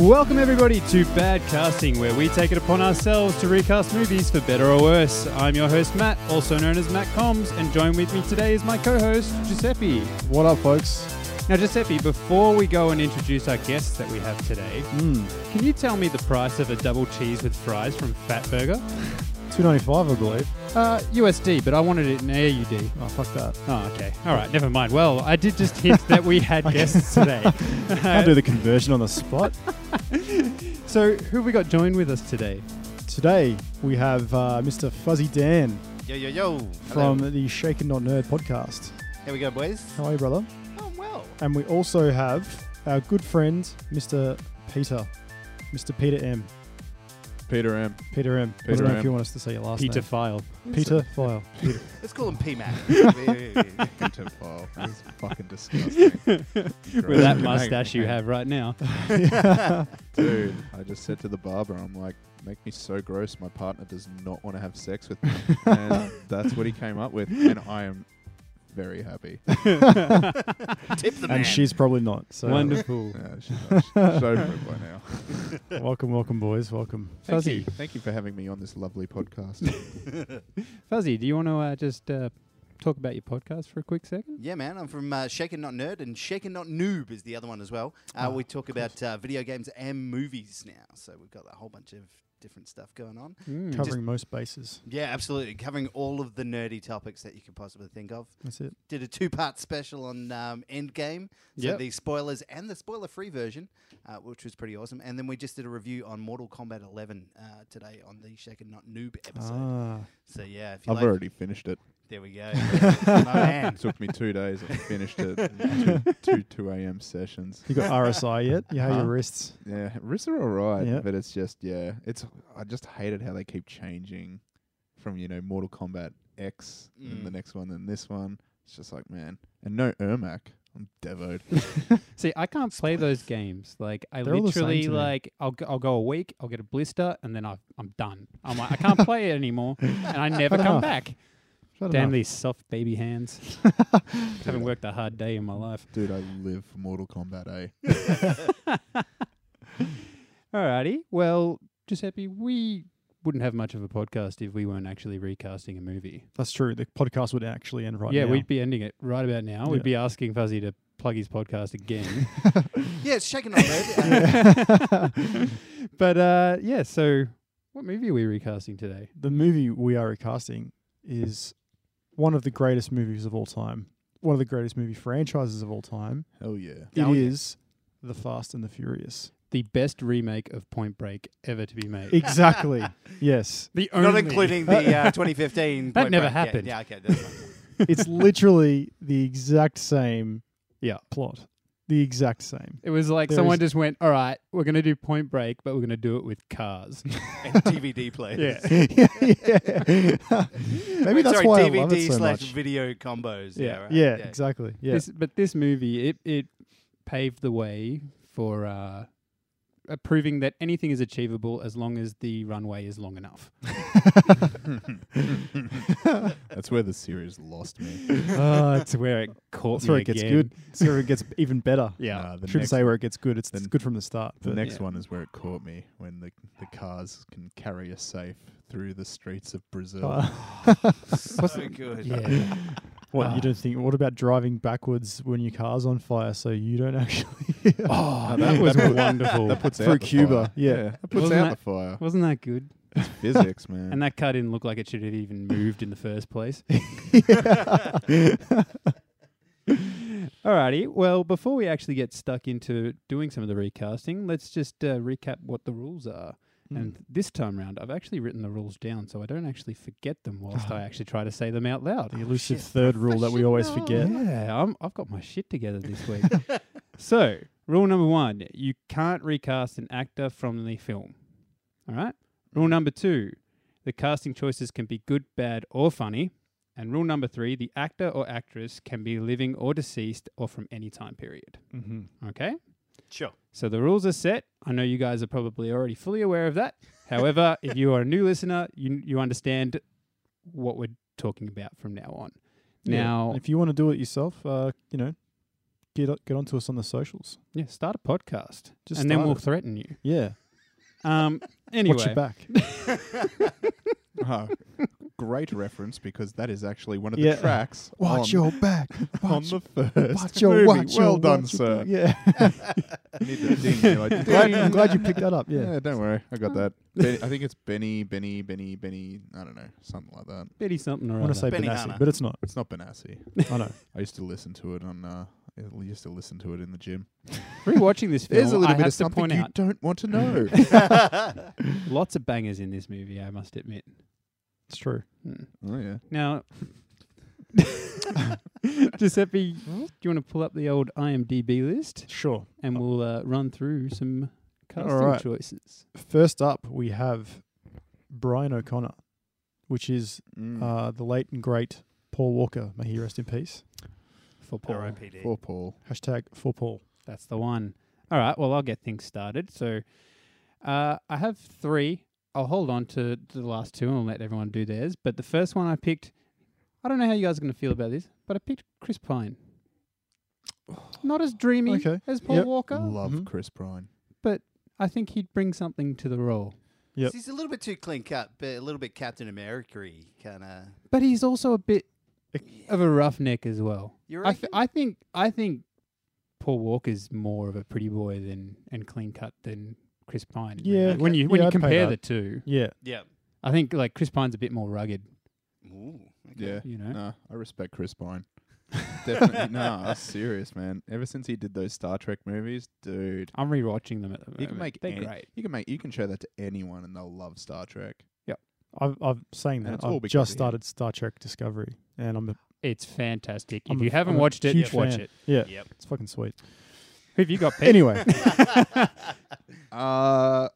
Welcome, everybody, to Bad Casting, where we take it upon ourselves to recast movies for better or worse. I'm your host, Matt, also known as Matt Combs, and joined with me today is my co host, Giuseppe. What up, folks? Now, Giuseppe, before we go and introduce our guests that we have today, Hmm. can you tell me the price of a double cheese with fries from Fat Burger? Two ninety five, I believe. Uh, USD, but I wanted it in AUD. Oh, fuck that. Oh, okay. All right, never mind. Well, I did just hint that we had guests today. I'll do the conversion on the spot. so, who we got joined with us today? Today we have uh, Mr. Fuzzy Dan Yo, yo, yo. from Hello. the Shaken Not Nerd podcast. Here we go, boys. How are you, brother? Oh, well. And we also have our good friend, Mr. Peter, Mr. Peter M. Peter M. Peter M. I Peter don't know M. if you want us to say your last Peter name. File. Peter File. Peter. Let's call him P-Mac. Peter Paul. That's fucking disgusting. With that mustache you have right now. Dude, I just said to the barber, I'm like, make me so gross, my partner does not want to have sex with me. and that's what he came up with, and I am very happy. Yeah, Tip the man. and she's probably not. So Wonderful. she's she's so good by now. welcome, welcome, boys. Welcome. Thank Fuzzy. you. Thank you for having me on this lovely podcast. Fuzzy, do you want to uh, just uh, talk about your podcast for a quick second? Yeah, man. I'm from uh, Shaken Not Nerd, and Shaken Not Noob is the other one as well. Uh, we talk about uh, video games and movies now. So we've got a whole bunch of different stuff going on. Mm. Covering most bases. Yeah, absolutely. Covering all of the nerdy topics that you could possibly think of. That's it. Did a two-part special on um, Endgame, so Yep. the spoilers and the spoiler-free version, uh, which was pretty awesome. And then we just did a review on Mortal Kombat 11 uh, today on the Shaken Not Noob episode. Ah. So yeah, if you I've like, already finished it. There we go. My man. It took me two days. I finished it. in Two, two, 2 a.m. sessions. You got RSI yet? You have Huh? your wrists. Yeah, wrists are alright, Yeah. but it's just yeah, it's I just hated how they keep changing from you know Mortal Kombat X Mm. and the next one and this one. It's just like man, and no Ermac. I'm devoed. See, I can't play those games. Like, I They're all the same literally to me. like, I'll go, I'll go a week, I'll get a blister, and then I, I'm done. I'm like, I can't play it anymore, and I never come Fair enough. back. Fair Damn enough. these soft baby hands. Haven't worked a hard day in my life. Dude, I live for Mortal Kombat. Eh? Alrighty. Well, Giuseppe, we wouldn't have much of a podcast if we weren't actually recasting a movie. That's true. The podcast would actually end right yeah, now. we'd be ending it right about now. Yeah. We'd be asking Fuzzy to plug his podcast again. Yeah, it's shaking on red. but uh, yeah, so what movie are we recasting today? the movie we are recasting is one of the greatest movies of all time. One of the greatest movie franchises of all time. Hell yeah. It is Oh, yeah. The Fast and the Furious. The best remake of Point Break ever to be made. Exactly. yes. the Not including the uh, 2015. That Point never Break. Yeah, happened. Yeah, okay. That's fine. It's literally the exact same Yeah. plot. The exact same. It was like There someone is- just went, "All right, we're going to do Point Break, but we're going to do it with cars." and DVD players. yeah. Maybe Wait, that's sorry, why DVD I love it so slash much. video combos. Yeah, yeah. right. yeah, exactly. Yeah. This, but this movie, it it paved the way for uh, uh, proving that anything is achievable as long as the runway is long enough. That's where the series lost me. oh, that's where it caught That's where it gets good. That's where it gets even better. Yeah. Nah, Uh, the Shouldn't next- say where it gets good. It's the- good from the start. The but- next Yeah. one is where it caught me when the the cars can carry a safe through the streets of Brazil. Oh. So good. Yeah. What you don't think? What about driving backwards when your car's on fire, so you don't actually? oh, that was wonderful. That puts Through out the Cuba, fire. yeah. that puts Wasn't out that- the fire. Wasn't that good? Physics, man. And that car didn't look like it should have even moved in the first place. Alrighty. Well, before we actually get stuck into doing some of the recasting, let's just uh, recap what the rules are. Hmm. Mm. And this time round, I've actually written the rules down so I don't actually forget them whilst I actually try to say them out loud. the elusive third rule that we always forget. Yeah, I'm, I've got my shit together this week. so, rule number one you can't recast an actor from the film. All right? Rule number two the casting choices can be good, bad, or funny. And rule number three the actor or actress can be living or deceased or from any time period. Mm-hmm. Okay? Sure. So the rules are set. I know you guys are probably already fully aware of that. However, if you are a new listener, you, you understand what we're talking about from now on. Now, if you want to do it yourself, uh, you know, get o- get onto us on the socials. Yeah, start a podcast, Just and then start we'll it. threaten you. Yeah, Um, watch anyway, your back. Oh, great reference because that is actually one of the Yeah. tracks Watch on, your back. on Watch, the first watch your movie. watch. well your- done, watch your- sir. Yeah, Need that ding, you're like, glad, ding. I'm glad you picked that up. Yeah, Yeah, don't worry, I got that. Ben, I think it's Benny, Benny, Benny, Benny. I don't know, something like that. Betty something I or want other. to say Benny Benassi, Hanna. but it's not. It's not Benassi. I know. I used to listen to it on. Uh, I used to listen to it in the gym. rewatching this film, There's a little I bit have of to something point you out don't want to know. lots of bangers in this movie. I must admit. It's true. Hmm. oh yeah. Now, Giuseppe, do you want to pull up the old IMDb list Sure. and we'll uh, run through some casting Alright. choices? First up, we have Brian O'Connor, which is Mm. uh, the late and great Paul Walker. May he rest in peace. For Paul, R.I.P.D. Poor Paul. Hashtag for Paul. that's the one. All right. Well, I'll get things started. So, uh, I have three. I'll hold on to the last two and let everyone do theirs. But the first one I picked, I don't know how you guys are going to feel about this, but I picked Chris Pine. Not as dreamy Okay. as Paul Yep. Walker. Love Mhm. Chris Bryan. I think he'd bring something to the role. Yep. He's a little bit too clean cut, but a little bit Captain America kind of. But he's also a bit of a roughneck as well. You I, f- reckon? I think I think Paul Walker's more of a pretty boy than and clean cut than Chris Pine. in Yeah, reality. when okay. you when Yeah, you I'd pay compare that. the two, Yeah. Yeah. I think like Chris Pine's a bit more rugged. Ooh, okay. Yeah. You know, Nah, I respect Chris Pine. Definitely. Nah, that's serious, man. Ever since he did those Star Trek movies, dude, I'm rewatching them at the moment. You can make They're any- great. you can make you can show that to anyone and they'll love Star Trek. I've, I've saying And that it's all I've because just of him. started Star Trek Discovery, and I'm a, It's fantastic. I'm if a- you haven't I'm a watched it, huge watch fan. it. yeah, Yep. it's fucking sweet. Who have you got? Pete? Anyway, Uh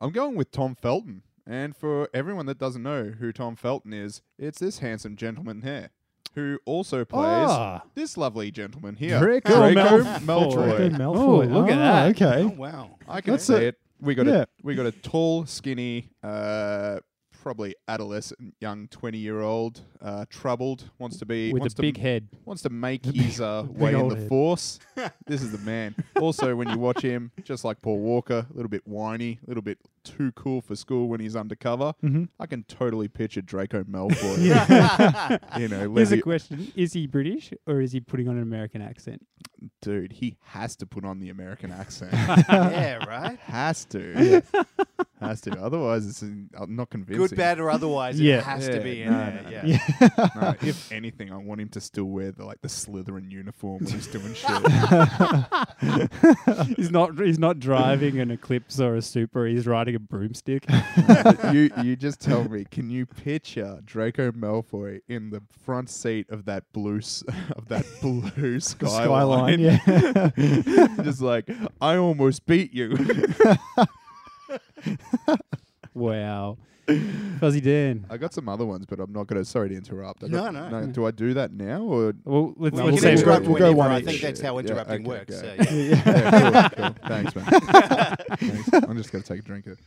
I'm going with Tom Felton. And for everyone that doesn't know who Tom Felton is, it's this handsome gentleman here who also plays Ah, this lovely gentleman here. Draco Malfoy. Malfoy. Draco Oh, Malfoy. look at Ah, that. oh Okay, wow. I can That's say a- it. We got yeah. a we got a tall, skinny, uh, probably adolescent, young twenty-year-old, uh, troubled, wants to be with wants a to big head. wants to make his uh, big way in old the head. force. this is the man. Also, when you watch him, just like Paul Walker, a little bit whiny, a little bit too cool for school when he's undercover. Mhm. I can totally picture Draco Malfoy. You know, Here's a Levy- question: Is he British or is he putting on an American accent? dude, he has to put on the American accent. yeah, right? has to, has to. Otherwise, it's uh, not convincing. Good, bad, or otherwise, Yeah. it has to Yeah, be in no, there. no, yeah. no. No, if anything, I want him to still wear the like the Slytherin uniform when he's doing shit. he's not. He's not driving an Eclipse or a Super. He's riding a broomstick. you you just tell me, can you picture Draco Malfoy in the front seat of that blue s- of that blue the skyline? skyline. Yeah, just like I almost beat you. Wow. Fuzzy Dan. I got some other ones, but I'm not gonna. Sorry to interrupt. I No, got- no. Do I do that now or? Well, let's, Well, let's we'll save you can say it. interrupt We'll go whenever. one I each. think that's how Yeah, interrupting okay, works. okay. So, yeah. Yeah, cool, cool. Thanks, man. Thanks. I'm just gonna take a drink. Of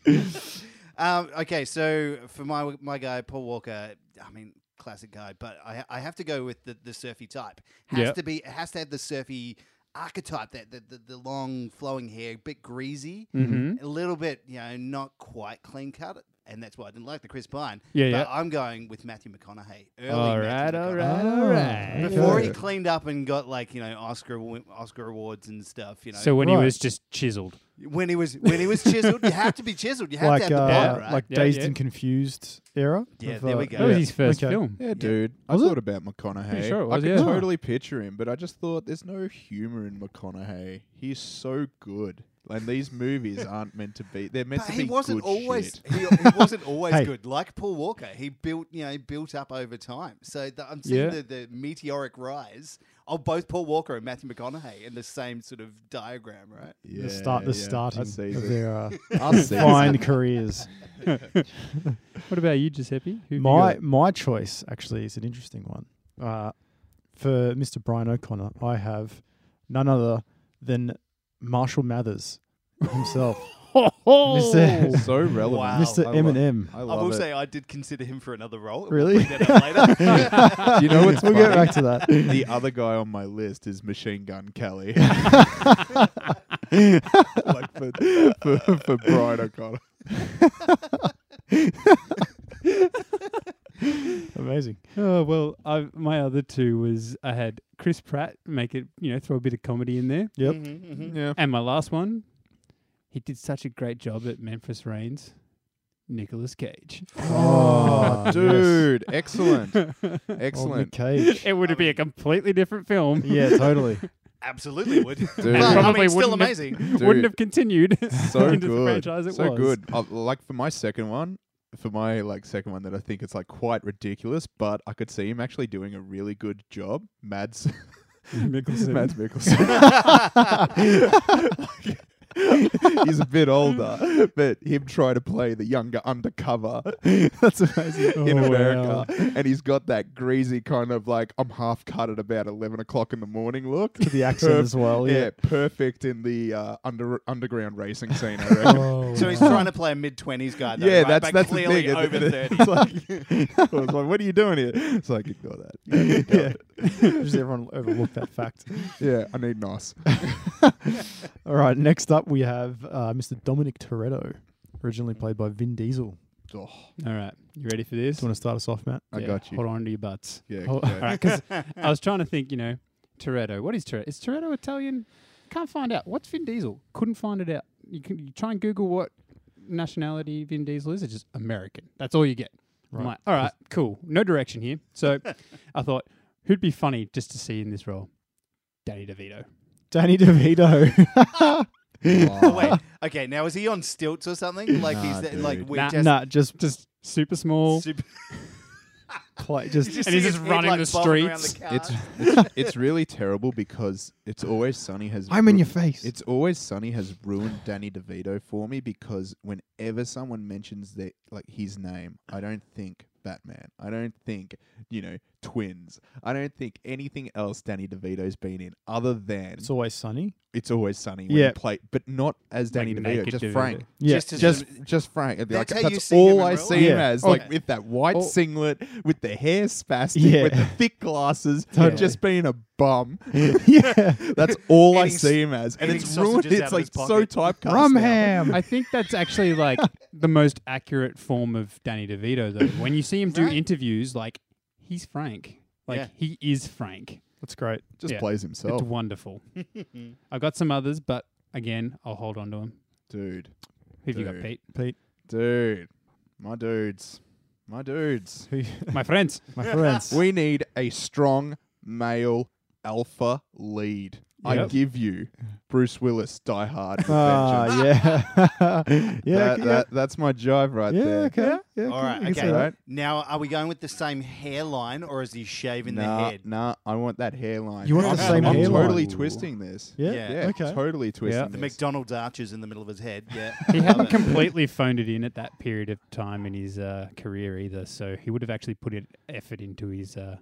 um, okay, so for my my guy Paul Walker, I mean classic guy, but I I have to go with the, the surfy type. Has Yep. to be has to have the surfy archetype that the, the, the long flowing hair, bit greasy, Mhm. a little bit you know not quite clean cut. And that's why I didn't like the Chris Pine. Yeah, but yeah. I'm going with Matthew McConaughey. Early All Matthew right, all McConaughey. right, Ah, all right. okay. Before he cleaned up and got like you know Oscar wi- Oscar awards and stuff, you know. So when he Right. was just chiseled. when he was when he was chiseled, you have to be chiseled. You have like to have the uh, bod, right? like Yeah, dazed yeah. and confused era. Yeah, of, there we uh, go. That was Yeah. his first Okay. film. Yeah, dude. Was I it? thought about McConaughey. Pretty sure it I was, could yeah. totally picture him, but I just thought there's no humor in McConaughey. He's so good. And these movies aren't meant to be. They're meant but to he be wasn't good always shit. he, he wasn't always Hey. good. Like Paul Walker, he built you know built up over time. So the, I'm seeing Yeah. the, the meteoric rise of both Paul Walker and Matthew McConaughey in the same sort of diagram, right? Yeah, The start, the yeah. starting I of see this. their uh, I see fine this. careers. What about you, Giuseppe? Who have you My got? my choice actually is an interesting one. Uh, for Mr. Brian O'Connor, I have none other than Marshall Mathers himself. Mr. so relevant. Wow. Mr. I love- Eminem. I I, love will it. say I did consider him for another role. Really? We'll bring that up later. Do you know what's We'll funny? get back to that. the other guy on my list is Machine Gun Kelly. like for, for, for Brian O'Connor. Amazing. Oh well, I my other two was I had Chris Pratt make it, you know, throw a bit of comedy in there, Yep. Mhm, mhm. Yeah. and my last one, he did such a great job at Memphis Reigns, Nicolas Cage. Oh, yes. dude. Excellent. Old Nick Excellent. Cage. It would I be a mean- completely different film. yeah, totally. Absolutely would. but, It I probably mean, still wouldn't have- amazing. Dude. Wouldn't have continued so into the good. franchise. It so was. good. Uh, like for my second one, for my like second one that I think it's like quite ridiculous, but I could see him actually doing a really good job. Mads Mads Mikkelsen. He's a bit older, but him trying to play the younger undercover That's amazing. in Oh, America, wow. and he's got that greasy kind of like I'm half cut at about eleven o'clock in the morning look. The accent Perf- as well. yeah, Yeah. perfect in the uh, under underground racing scene. I reckon. So he's trying to play a mid twenties guy. Though, yeah, right? that's but that's clearly the thing. over thirty. It's like, I was like, what are you doing here? It's like ignore that. yeah. Oh. Just everyone overlooked that fact. Yeah, I need nice. All right. Next up, we have uh, Mr. Dominic Toretto, originally played by Vin Diesel. Oh, All right, you ready for this? Do you want to start us off, Matt? I Yeah, got you. Hold on to your butts. Yeah, Oh, okay. All right, 'cause I was trying to think, you know, Toretto. What is Toretto? Is Toretto Italian? Can't find out. What's Vin Diesel? Couldn't find it out. You can you try and Google what nationality Vin Diesel is. It's just American. That's all you get. I'm Right. like, all right, cool. No direction here. So I thought, who'd be funny just to see in this role? Danny DeVito. Danny DeVito. Oh, wait. Okay, now is he on stilts or something? Like he's Nah, that, like dude. we Nah. just nah, just Just super small. super. play. you Just And he's see his just head, running like, the bobbing around the streets. car. It's, it's it's really terrible because it's always Sunny has. I'm in ru- your face. It's always Sunny has ruined Danny DeVito for me because whenever someone mentions that like his name, I don't think Batman. I don't think you know twins. I don't think anything else Danny DeVito's been in other than It's always sunny. it's always sunny when Yeah. you play, but not as Danny Like DeVito, naked just DeVito. Frank, Yeah, Just as just just Frank. That's, That's like, how you that's see him all in I real see life? him Yeah. as, Oh. like with that white Oh. singlet, with the hair spastic, Yeah. with the thick glasses, Totally. just being a bum. yeah. That's all I Eating s- see him as, and eating it's ruined. sausages It's out of like his so pocket. typecast. Rum now. ham. I think that's actually like the most accurate form of Danny DeVito, though. When you see him do Right. interviews, like he's Frank. Like Yeah. he is Frank. That's great. Just Yeah. plays It's himself, wonderful. I've got some others, but again, I'll hold on to them. dude, Who've you got, Dude. Pete? Pete, dude, my dudes, my dudes. who, My friends. my friends. We need a strong male alpha lead. I Yep. give you Bruce Willis, Die Hard. with vengeance. Ah, yeah. yeah. that, okay, that, that's my jive right yeah, there. okay. Yeah, okay. All right. I can see Okay. that. Right. Now, are we going with the same hairline, or is he shaving the Nah, head? nah, I want that hairline. You want I'm, the same I'm hairline? totally Ooh. twisting this. Yeah. Yeah. Yeah, Okay. totally twisting Yeah. The this. McDonald's arches in the middle of his head. Yeah. He Love hadn't it. completely phoned it in at that period of time in his uh, career either, so he would have actually put an effort into his uh,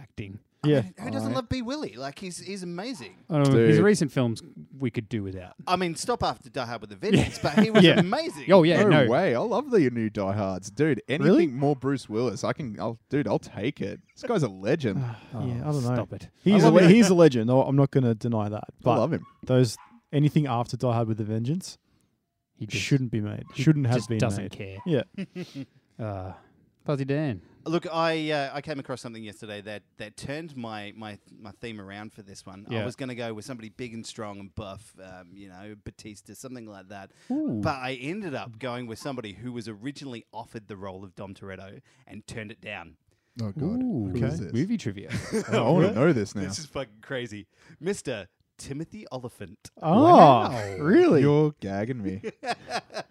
acting. Yeah. Who doesn't Alright. love B Willie? Like he's he's amazing. Oh, his Dude. recent films we could do without. I mean, stop after Die Hard with a Vengeance, but he was Yeah. amazing. Oh yeah, no, no, way! I love the new Die Hards, dude. Anything Really? more Bruce Willis, I can. I'll, dude, I'll take it. This guy's a legend. Oh, yeah, I don't know. Stop it. He's I a love le- it. he's a legend. No, I'm not going to deny that. I But love him. those anything after Die Hard with a Vengeance He just, shouldn't be made. he Shouldn't have just been doesn't made. care. Yeah. Uh, Fuzzy Dan. Look, I uh, I came across something yesterday that that turned my my my theme around for this one. I Yeah. was going to go with somebody big and strong and buff, um, you know, Batista, something like that. Ooh. But I ended up going with somebody who was originally offered the role of Dom Toretto and turned it down. Oh god, Ooh, who is this? Movie trivia. I want to know this now. This is fucking crazy, Mister Timothy Oliphant. Oh, Wow. really? You're gagging me.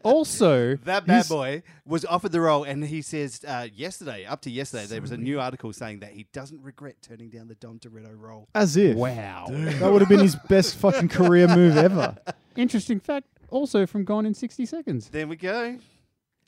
also, That bad boy was offered the role, and he says uh, yesterday, up to yesterday, there was a new article saying that he doesn't regret turning down the Dom Toretto role. As if. wow. That would have been his best fucking career move ever. Interesting fact. Also from Gone in 60 Seconds. There we go.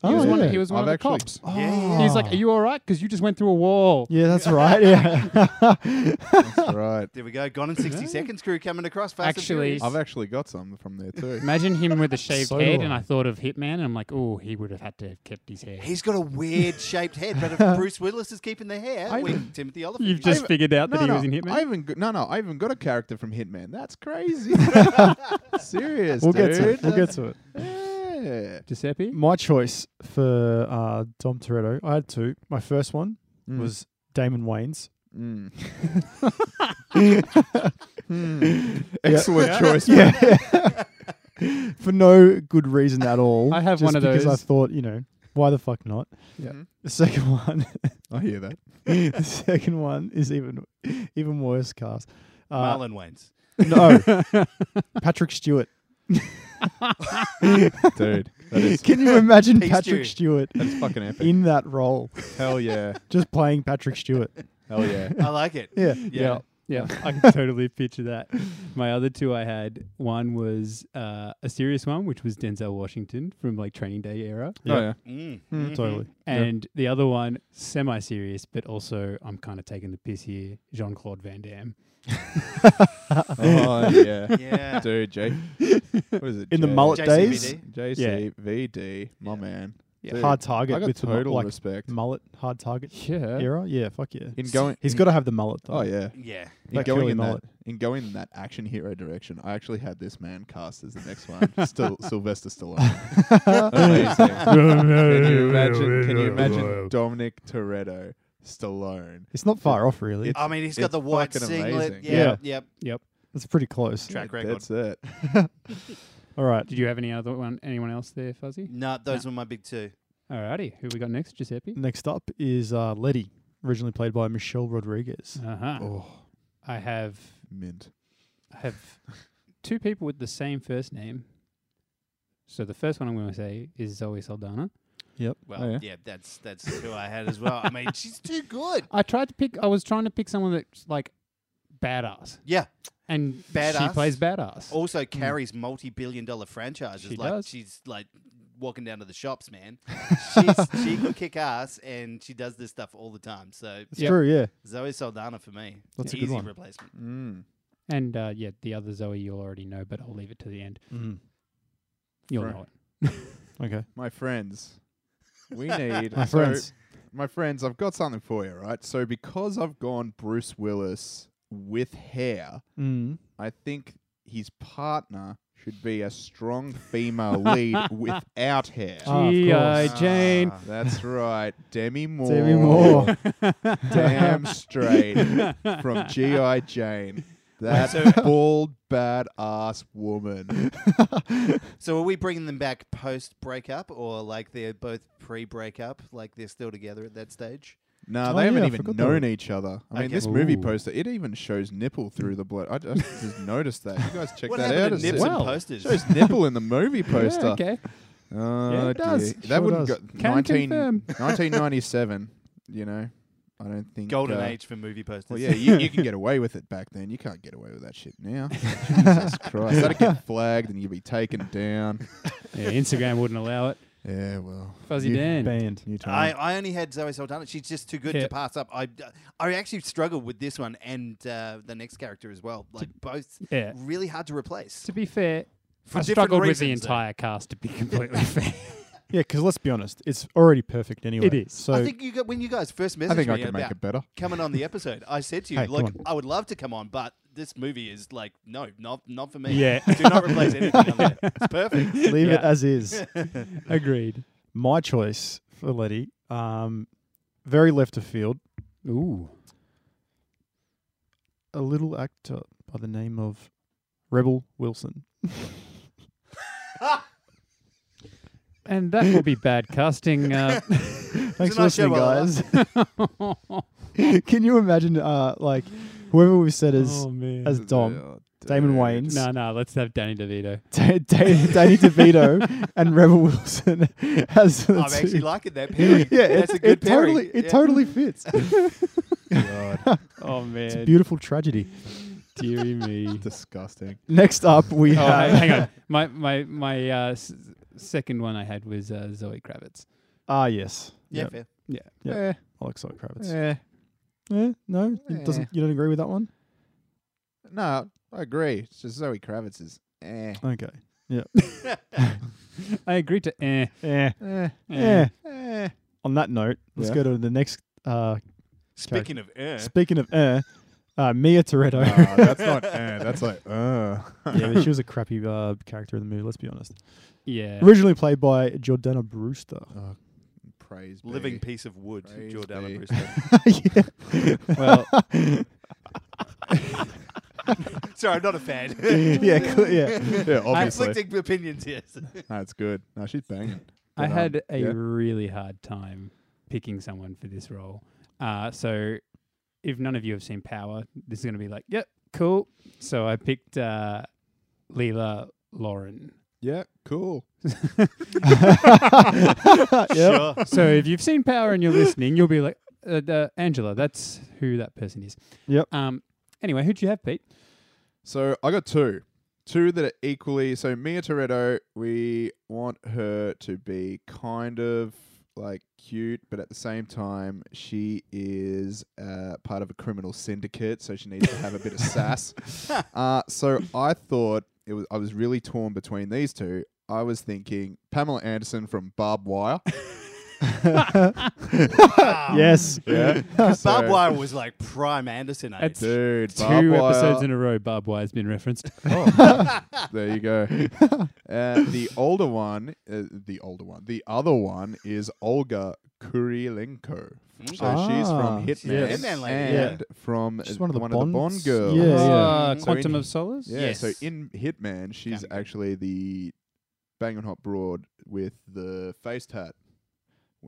He was Oh, one. yeah. He was one I've of the actually- cops. Yeah, yeah, He's like, "Are you all right? Because you just went through a wall." Yeah, that's right. Yeah. That's right. There we go. Gone in 60 seconds crew coming across fast and Actually- furious. I've actually got some from there too. Imagine him with a shaved So do head, and I. I thought of Hitman, and I'm like, "Oh, he would have had to have kept his hair." He's got a weird shaped head, but if Bruce Willis is keeping the hair, I- when Timothy Oliphant. You've is- just I've- figured out that No, he no, was in Hitman. I even go- no, no. I even got a character from Hitman. That's crazy. Serious. we'll get to dude. it. We'll get to it. Yeah. Giuseppe. My choice for uh, Dom Toretto, I had two. My first one Mm. was Damon Wayans. Mm. Hmm. Excellent choice. Yeah. for no good reason at all. I have just one of because I those. thought, you know, why the fuck not? Yeah. The second one, I hear that. the second one is even even worse cast. Uh, Marlon Wayne's. no, Patrick Stewart. Dude, that is, Can you imagine Pig Patrick Stewart that is fucking epic. in that role, Hell yeah. just playing Patrick Stewart? Hell yeah. I like it. Yeah. Yeah. Yeah, I can totally picture that. My other two I had, one was uh, a serious one, which was Denzel Washington from like Training Day era, Oh, yeah. Mm. Mm, Mm-hmm. Totally. Mm-hmm. and the other one semi-serious, but also I'm kind of taking the piss here, Jean Claude Van Damme. Oh, yeah. Yeah. Dude, J. What is it? In the J- mullet JCVD. days, JCVD, my Yeah. man. Yeah. Dude, hard I target got with the mu- total like respect. mullet, hard target Yeah, era. Yeah, fuck yeah. In going, He's got to have the mullet though. Oh yeah. Yeah. In That going curly in that, mullet. in going in that action hero direction, I actually had this man cast as the next one, Still Sylvester Stallone. Amazing. Can you imagine? Can you imagine Dominic Toretto, Stallone? It's not far off really. It's- I mean, he's it's got the white fucking singlet. amazing. Yeah. Yep. It's pretty close. Track Yeah, record. That's it. All right. Did you have any other one? Anyone else there, Fuzzy? No, those were my big two. Alrighty, who we got next, Giuseppe? Next up is uh, Letty, originally played by Michelle Rodriguez. Uh huh. Oh, I have mint. I have two people with the same first name. So the first one I'm going to say is Zoe Saldana. Well, Oh, yeah. yeah. that's that's who I had as well. I mean, she's too good. I tried to pick. I was trying to pick someone that's like badass, Yeah. and she Badass? plays badass. Oh. Also Hmm. carries multi-billion-dollar franchises. She like does. she's like walking down to the shops, man. she's, she can kick ass, and she does this stuff all the time. So It's Yep. true, yeah. Zoe Saldana for me. That's a easy good one. replacement. Mm. And uh, yeah, the other Zoe you already know, but I'll leave it to the end. You'll Right. know it. Mm-hmm. Okay. My friends, we need My so, friends. My friends, I've got something for you, right? So because I've gone Bruce Willis with hair, Mm. I think his partner should be a strong female lead without hair. Ah, of G.I. course. Jane. Ah. That's right, Demi Moore. Demi Moore. damn straight from GI Jane. That bald badass woman. So are we bringing them back post breakup, or like they're both pre breakup? Like they're still together at that stage? No, Oh, they haven't yeah, I even forgot that. known each other. I mean, Okay. this movie Ooh. poster it even shows nipple through the blood. I just, just noticed that. You guys check what that out. happened Is to nips it- Wow. and posters? Shows nipple in the movie poster. Yeah, okay. Oh, Yeah, it does. dear. That Sure wouldn't does. go Can 19, confirm. 1997, You know, I don't think Golden uh, age for movie posters. Well, yeah, you, you can get away with it back then. You can't get away with that shit now. Jesus Christ, that'd get flagged and you'd be taken down. Yeah, Instagram wouldn't allow it. Yeah, well, Fuzzy you- Dan. Banned. New I, time. I only had Zoe Saldana. She's just too good Yeah. to pass up. I I actually struggled with this one and uh, the next character as well. Like both, Yeah. really hard to replace. To be fair, For I different struggled with the reasons, though. entire cast to be completely fair. Yeah, because let's be honest, it's already perfect anyway. It is. So I think you got, when you guys first messaged I think me I can about make it better. coming on the episode, I said to you, Hey, come "Look, on. I would love to come on, but this movie is like, no, not not for me. Yeah. do not replace anything on that. It's perfect. leave it Yeah. as is. Agreed. My choice for Letty, um, very left of field, Ooh. a little actor by the name of Rebel Wilson. And that will be bad casting. Uh, Thanks for nice show, listening, guys. Can you imagine, uh, like, whoever we said as oh, man. as Dom, Oh, Damon dude. Wayans, no, no, let's have Danny DeVito. Da- Da- Danny DeVito, and Rebel Wilson as the I'm two. actually liking that pairing. yeah, that's it, a good it totally pairing. it Yeah. totally fits. Oh, man. It's a beautiful tragedy. Deary me. Disgusting. Next up, we Oh, have hang hang on. My my my uh, s- second one I had was uh, Zoe Kravitz. Ah, yes. Yeah, Yep. fair. Yep. Yeah. Alexei Kravitz. Yeah. Yeah, no, you Eh. doesn't. You don't agree with that one? No, I agree. It's just Zoe Kravitz is eh. Okay. I agree to eh. Yeah. Eh. Yeah. Eh. On that note, let's Yeah. go to the next. Uh, Speaking of air, Speaking of eh, uh, Mia Toretto. Ah, that's not eh. That's like uh. yeah, but she was a crappy uh, character in the movie. Let's be honest. Yeah. Originally played by Jordana Brewster. Praise living be. piece of wood, Praise Jordana be. Brewster. yeah. well, Sorry, I'm not a fan. yeah, cl- yeah. yeah, obviously. Conflicting opinions, yes. That's good. No, she's banging. I Good on. had a Yeah. really hard time picking someone for this role. Uh, so, if none of you have seen Power, this is going to be like, yep, cool. So I picked uh, Leela Lauren. Yeah, cool. Yep. Sure. So if you've seen Power and you're listening, you'll be like, uh, uh, Angela, that's who that person is. Yep. Um. Anyway, who'd you have, Pete? So I got two. Two that are equally so Mia Toretto, we want her to be kind of like cute, but at the same time, she is uh, part of a criminal syndicate, so she needs to have a bit of sass. Uh, so I thought it was I was really torn between these two. I was thinking Pamela Anderson from Barbed Wire. Yes. Yeah. Um, Barbed So- wire was like prime Anderson eh? That's- age. Dude, Two Barbed Wire. episodes in a row, Barbed Wire has been referenced. There you go. Uh, the older one, uh, the older one, the other one is Olga Kurilenko. So she's Ah, from Hitman yes. Hmm. Hitman lady, yeah. and from She's uh, one of the Bonds? Bond girls. Yeah, yeah. Ah, Mhm. Quantum So in- of Solace? Yeah, so Yes. in Hitman, she's Gang. actually the bang on hot broad with the face tat.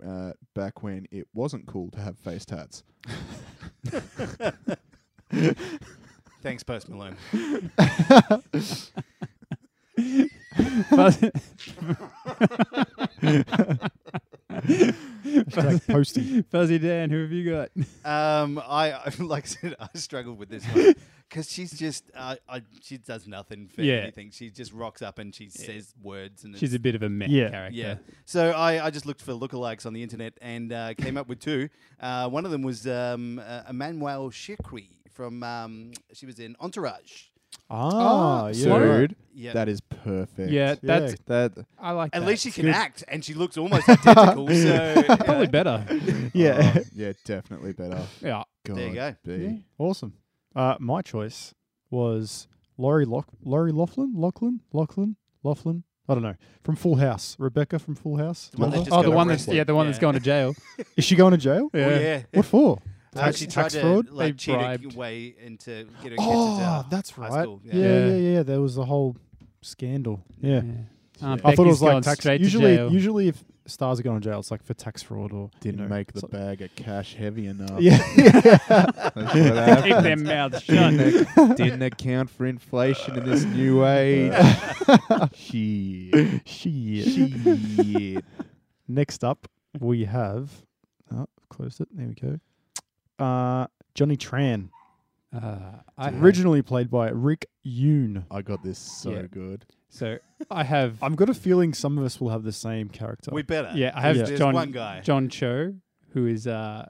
Uh, back when it wasn't cool to have face tats. Thanks, Post Malone. Fast- Hashtag Posty. Fuzzy Dan, who have you got? Um, I I- like I said, I struggled with this one because she's just uh, I, she does nothing for Yeah. anything. She just rocks up and she says words and She's a it's- bit of a meh Yeah. character. yeah. So I, I just looked for lookalikes on the internet and uh, came up with two. Uh, one of them was um, uh, Emmanuel Shikri from um, she was in Entourage. Ah, yeah. Dude, Yeah. that is perfect. Yeah, that's That I like At that. least she can act and she looks almost identical. so uh, yeah. Probably better. Yeah. oh, yeah, definitely better. yeah. God you go. B. Yeah, awesome. Uh, my choice was Laurie Lock, Laurie Laughlin, Laughlin, Laughlin, Laughlin. I don't know. From Full House, Rebecca from Full House. The one that Laughlin? just Oh, got the one that's arrested. yeah, the one that's Yeah. going to jail. Is she going to jail? Oh, yeah. What for? Uh, Tax- she tried tax to fraud? They like cheat her bribed. way into getting kids into Oh, uh, that's high right. school, Yeah. yeah. Yeah, Yeah. yeah, There was a whole scandal. Yeah. Um, I thought it was Becky's going like tax. straight to Usually, jail. usually if stars are going to jail, it's like for tax fraud or you Didn't know, make the so- bag of cash heavy enough. yeah. That's what happened. Keep their mouths shut. Didn't, ac- didn't account for inflation in this new age. Shit. Shit. Shit. Next up, we have. Oh, closed it. There we go. Uh, Johnny Tran, Uh, I have- originally played by Rick Yoon. I got this so Yeah. good. so I have I've got a feeling some of us will have the same character. We better. yeah, I have Yeah. There's John one guy. John Cho, who is uh,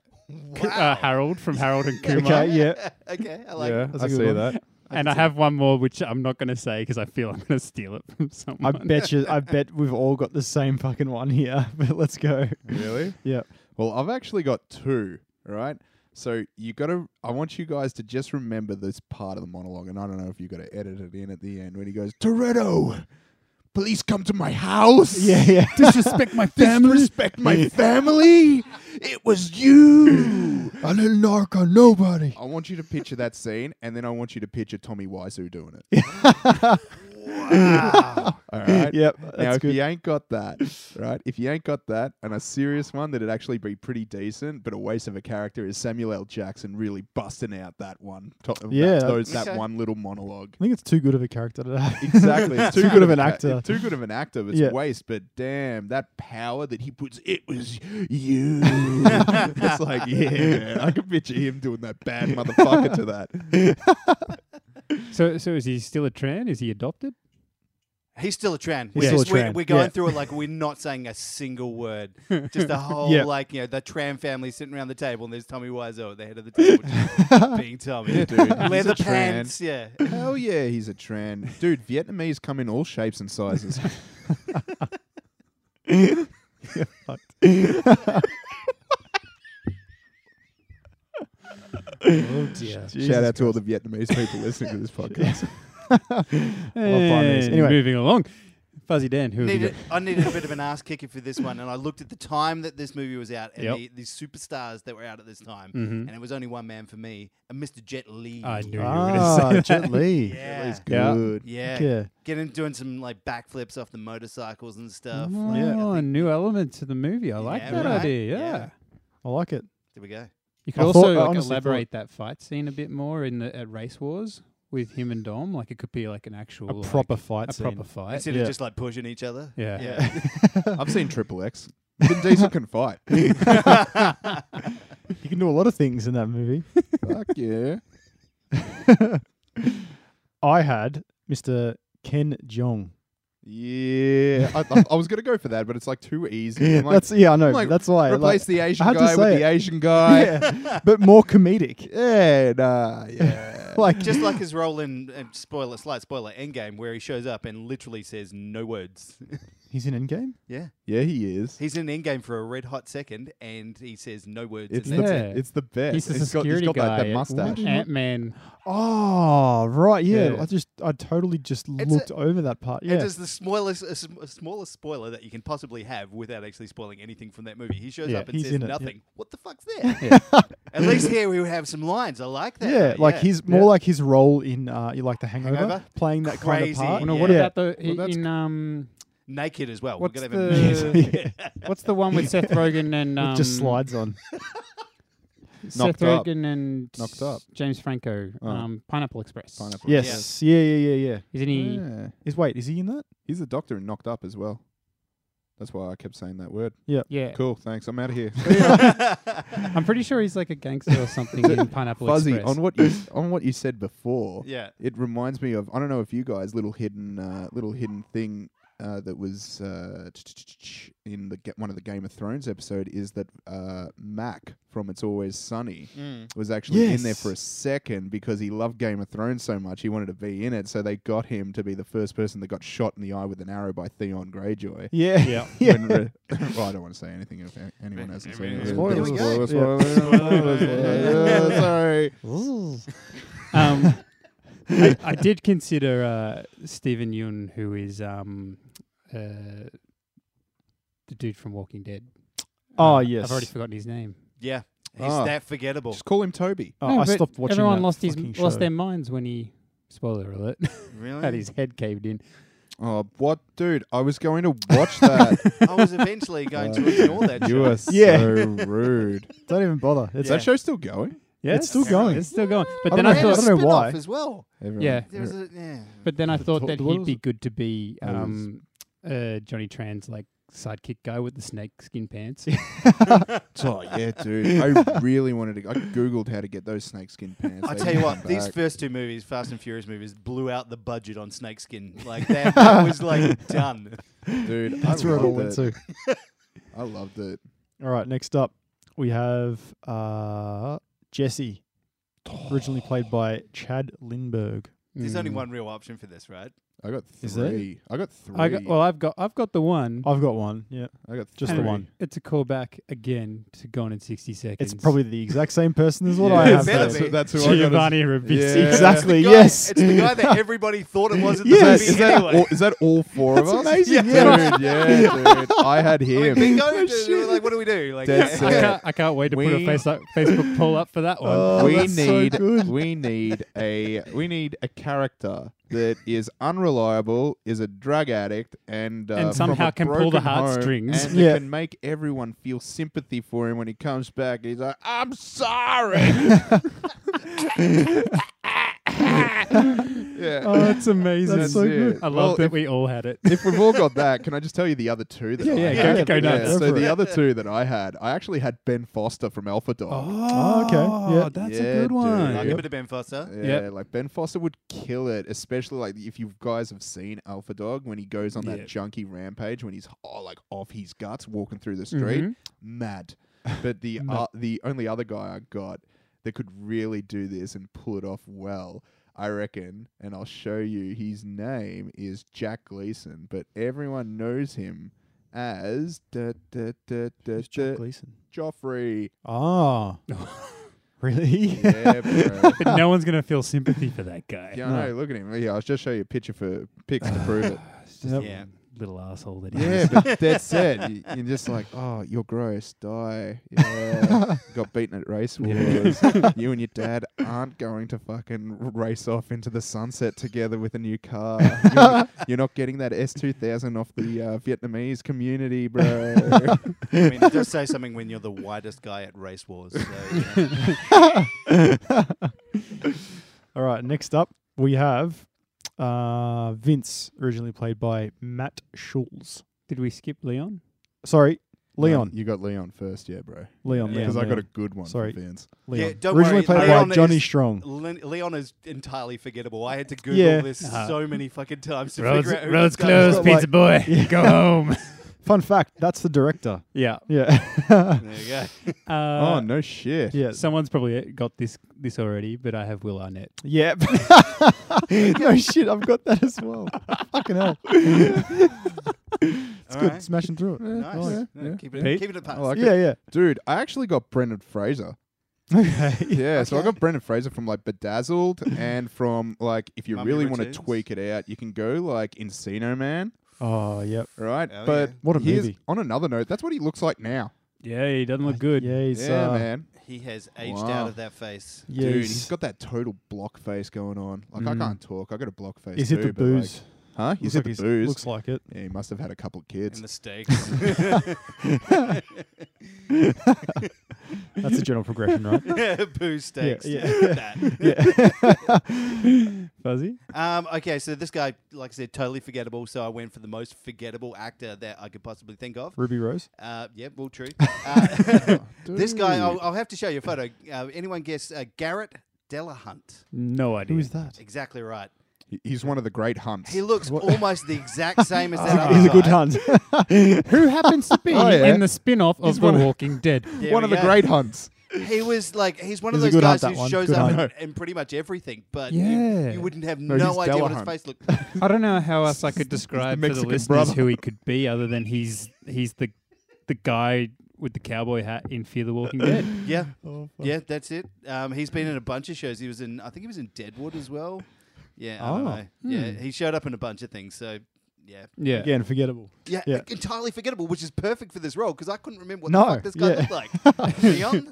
K- uh Wow. Harold from Harold and Kumar. okay, yeah. okay, I like yeah, that's a I good see one. that. And I have one more which I'm not going to say because I feel I'm going to steal it from someone. I bet you. I bet we've all got the same fucking one here. But let's go. Really? Yeah. Well, I've actually got two, right? So you got to. I want you guys to just remember this part of the monologue, and I don't know if you got to edit it in at the end when he goes, "Toretto, police come to my house. Yeah, yeah. disrespect my family. disrespect my family. It was you. I didn't knock on nobody. I want you to picture that scene, and then I want you to picture Tommy Wiseau doing it. All right. Yep, Now, that's if good. you ain't got that, right? If you ain't got that, and a serious one that'd actually be pretty decent, but a waste of a character is Samuel L. Jackson really busting out that one. to- Yeah. That, those, that Okay. one little monologue. I think it's too good of a character to have. Exactly. It's Too good of an actor. Too good of an actor. It's Yeah. waste, but damn, that power that he puts, it was you. it's like, yeah, man, I can picture him doing that bad motherfucker to that. So, so is he still a Tran? Is he adopted? He's still a Tran. He's we're, still a just- we're- Tran, we're going yeah. through it like we're not saying a single word. Just the whole Yeah. like you know the Tran family sitting around the table, and there's Tommy Wiseau at the head of the table, just being Tommy. Yeah, dude, he's a Leather Tran. pants, yeah. Hell yeah, he's a Tran. Dude, Vietnamese come in all shapes and sizes. Oh dear. Shout out to all the Vietnamese people listening to this podcast. Vietnamese. And Anyway. moving along. Fuzzy Dan, who have you Needed, got? I needed a bit of an ass kicking for this one, and I looked at the time that this movie was out and Yep. the, the superstars that were out at this time, Mhm. and it was only one man for me, and Mr. Jet Li. I knew you were Ah, going to say that. Jet Li. Yeah, Yeah. Good. yeah. Yeah. Getting doing some like backflips off the motorcycles and stuff. Oh, Like, I a think- new element to the movie. I like Yeah, that right. idea. Yeah. Yeah. I like it. There we go. You I could thought- also I like, honestly thought- elaborate that fight scene a bit more in the at race wars with him and Dom. Like it could be like an actual A like, proper fight a scene. proper fight. Instead yeah. of just like pushing each other. Yeah. I've seen Triple X. Vin Diesel can fight. You can do a lot of things in that movie. Fuck yeah. I had Mr. Ken Jong. Yeah. I, I, I was going to go for that, but it's like too easy. I'm like, that's yeah, I know. I'm like, that's why. replace like- the Asian I had to guy with say the it. Asian guy. yeah, but more comedic. Yeah, nah, yeah. Like Just like his role in uh, spoiler, slight spoiler, Endgame, where he shows up and literally says no words. he's in Endgame. yeah, yeah, he is. he's in Endgame for a red hot second, and he says no words. It's and the that's Yeah. it's the best. He's the He's got- security he's got guy. that, that mustache. Ant Man. Oh right, yeah. Yeah. I just I totally just a- looked over that part. Yeah, It is the smallest, uh, sm- uh, smallest spoiler that you can possibly have without actually spoiling anything from that movie. He shows Yeah, up and he's says in it, yeah. nothing. What the fuck's there? At least here we have some lines. I like that. yeah, though, like yeah. his more like his role in uh, you like the Hangover, Hangover? playing that Crazy. kind Well, of no, part. what yeah. about the Well, that's in um? naked as well. What's We're gonna have a the What's the one with Seth Rogen and um? It just slides on. Seth Knocked Up. Rogen and Knocked Up. James Franco. Oh. Um, Pineapple Express. Pineapple. yes, yeah, yeah, yeah, yeah. Isn't he? Yeah. Is wait, is he in that? He's a doctor and knocked up as well. That's why I kept saying that word. Yeah. Cool, thanks. I'm out of here. I'm pretty sure he's like a gangster or something in Pineapple Fuzzy, Express. on what you on what you said before, yeah. it reminds me of I don't know if you guys little hidden uh, little hidden thing uh, that was uh, in the ga- one of the Game of Thrones episode is that uh, Mac from It's Always Sunny Mm. was actually in there Yes. for a second because he loved Game of Thrones so much he wanted to be in it, so they got him to be the first person that got shot in the eye with an arrow by Theon Greyjoy. Yeah, Yeah. yeah. When re- well, I don't want to say anything if a- anyone hasn't seen it. Spoilers. Spoilers, Yeah. spoilers, spoilers, spoilers. Sorry. Um, I, I did consider uh, Stephen Yun, who is um, uh, the dude from Walking Dead. Oh, Uh, yes. I've already forgotten his name. Yeah. He's Ah. that forgettable. Just call him Toby. Oh, No, I but stopped watching. Everyone that lost his fucking lost show. their minds when he spoiler alert Really? had his head caved in. Oh, what, dude? I was going to watch that. I was eventually going Uh, to ignore that. you shit. are so Yeah. rude. Don't even bother. It's Is Yeah. that show still going? Yeah, it's still going. It's still going. But I then don't I They had a know- thought, don't know why. spin-off as well. Everyone- Yeah. There was a, yeah. but then I thought to- that what he'd was be it? good to be That was- um, uh, Johnny Tran's like sidekick guy with the snake skin pants. Oh yeah, dude. I really wanted to. I googled how to get those snakeskin pants. I They tell you didn't what, come these back. first two movies, Fast and Furious movies, blew out the budget on Snakeskin. Like that, that was like done. dude. That's I where it all loved went to. I loved it. All right, next up we have uh, Jesse, originally played by Chad Lindberg. There's only Mm. one real option for this, right? I got Is there? three. I got three. I got, well, I've got I've got the one. I've got one. Yeah, I got just the Henry. one. It's a callback again to Gone in sixty seconds. It's probably the exact same person as what Yeah, I It have. better though. be. That's, that's who I got. as- Giovanni Ribisi. Yeah. Exactly. It's the guy- yes. It's the guy that everybody thought it was at the Yes. Is movie that, anyway. all, is that all four of us? amazing, Dude, yeah, dude. I I had mean, him. Oh, bingo, dude, like, what do we do? Like, Dead I Yeah. can't, I can't wait to put a We- face up, Facebook poll up for that one. Oh, we that's so need good. we need a we need a character that is unreliable, is a drug addict, and uh, And from somehow a can pull the broken home, heartstrings. and Yeah. that can make everyone feel sympathy for him when he comes back. He's like, "I'm sorry." Yeah. Oh, that's amazing. That's That's so it. good. I love Well, that if- we all had it. if we've all got that, can I just tell you the other two that Yeah, I yeah, had? go- go nuts. so Go for the it. other two that I had, I actually had Ben Foster from Alpha Dog. Oh, okay. Yeah. That's Yeah, a good dude. one. Like a Yep. bit of Ben Foster. Yeah, Yep. like Ben Foster would kill it, especially like if you guys have seen Alpha Dog when he goes on that Yep. junkie rampage when he's oh, like off his guts walking through the street, Mhm. mad. But the Mm-hmm. Mad. uh, the only other guy I got that could really do this and pull it off well, I reckon, and I'll show you. His name is Jack Gleason, but everyone knows him as da, da, da, da, Who's Jack da- Gleason. Joffrey. Ah. really? Yeah, bro. But no one's gonna feel sympathy for that guy. Yeah, I know. Look at him. Yeah, I'll just show you a picture for pics to prove it. It's just Yep. a Yeah. little asshole that he Yeah, is. but that's it. You, you're just like, oh, you're gross. Die. Yeah. Got beaten at race wars. you and your dad aren't going to fucking race off into the sunset together with a new car. You're, not- you're not getting that S2000 off the uh, Vietnamese community, bro. I mean, it does say something when you're the whitest guy at race wars. So, you know. All right. Next up, we have uh, Vince, originally played by Matt Schulz. Did we skip Leon? Sorry, Leon. You got Leon first, yeah, bro. Leon. Yeah, Leon. Because I got a Leon, good one Sorry. for Vince. Leon. Yeah, don't originally worry, played Leon by Johnny is- Strong. Len- Leon is entirely forgettable. I had to Google Yeah. this Uh-huh. so many fucking times to Roads, figure out who roads this guy was. closed, pizza boy. Go home. Fun fact: that's the director. Yeah. Yeah. There you go. Uh, oh, no shit. yeah. Someone's probably got this this already, but I have Will Arnett. Yeah. no shit, I've got that as well. Fucking hell. It's All good right. smashing through it. Nice. Oh, yeah. No, Keep it, Pete? keep it at pass. I like it. yeah, yeah. Dude, I actually got Brendan Fraser. Okay. Yeah, so I got Brendan Fraser from like Bedazzled and from like if you Mummy really want to Returns. tweak it out, you can go like Encino Man, Oh, yep. right? Hell but yeah. What a here's- movie. on another note, that's what he looks like now. Yeah, he doesn't look good. Yeah, he's, yeah, uh, man. He has aged Wow. out of that face. Yeah, Dude, he's- he's got that total block face going on. Like I Mm. can't talk. I got a block face. is too, it the but, like- booze? huh? He's Looks hit like the he's- booze. Looks like it. yeah, he must have had a couple of And kids. the stakes. That's the general progression, right? Boo stakes. yeah. That. Fuzzy. Um, okay, so this guy, like I said, totally forgettable. So I went for the most forgettable actor that I could possibly think of. Ruby Rose. Uh, yeah, well, true. Uh, this guy, Dude. I'll, I'll have to show you a photo. Uh, anyone guess uh, Garrett Delahunt? No idea. Who is that? Exactly right. He- He's one of the great hunts. He looks almost the exact same as that. He's a- other he's a good guy. hunt. Who happens to be Oh, yeah. in the spin off He's of The one of- Walking Dead? There one we of the go. great hunts. He was like he's one of He's a good those guys hunt, who that one. shows Good up in, hunt. in pretty much everything, but Yeah. you, you wouldn't have No, no, he's idea what his Delahunt. face looked. I don't know how else I could describe for the Mexican listeners brother. who he could be, other than he's he's the the guy with the cowboy hat in Fear the Walking Dead. Yeah, Oh, fuck. yeah, that's it. Um, he's been in a bunch of shows. He was in, I think he was in Deadwood as well. Yeah, I don't Oh. know. Yeah, he showed up in a bunch of things. So yeah, Yeah. Again, forgettable. yeah, Yeah. entirely forgettable, which is perfect for this role because I couldn't remember what No, the fuck this guy yeah. looked like. Leon?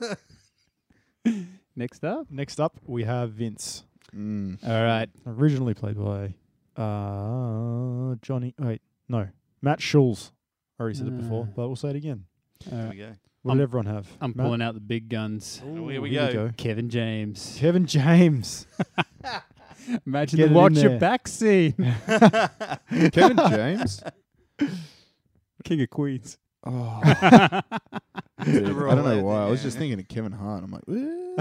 Next up. Next up, we have Vince. Mm. All right. originally played by uh, Johnny. Wait, no, Matt Schulz. I already said it before, Ah. but we'll say it again. All There right. we go. What I'm- did everyone have? I'm Matt? pulling out the big guns. Oh, here we Here we go. go. Kevin James. Kevin James. Imagine Get it the in watch your there. back scene. Kevin James. King of Queens. Oh, the dude, I role, don't know I why. I think, was yeah. just thinking of Kevin Hart. I'm like, "Ooh."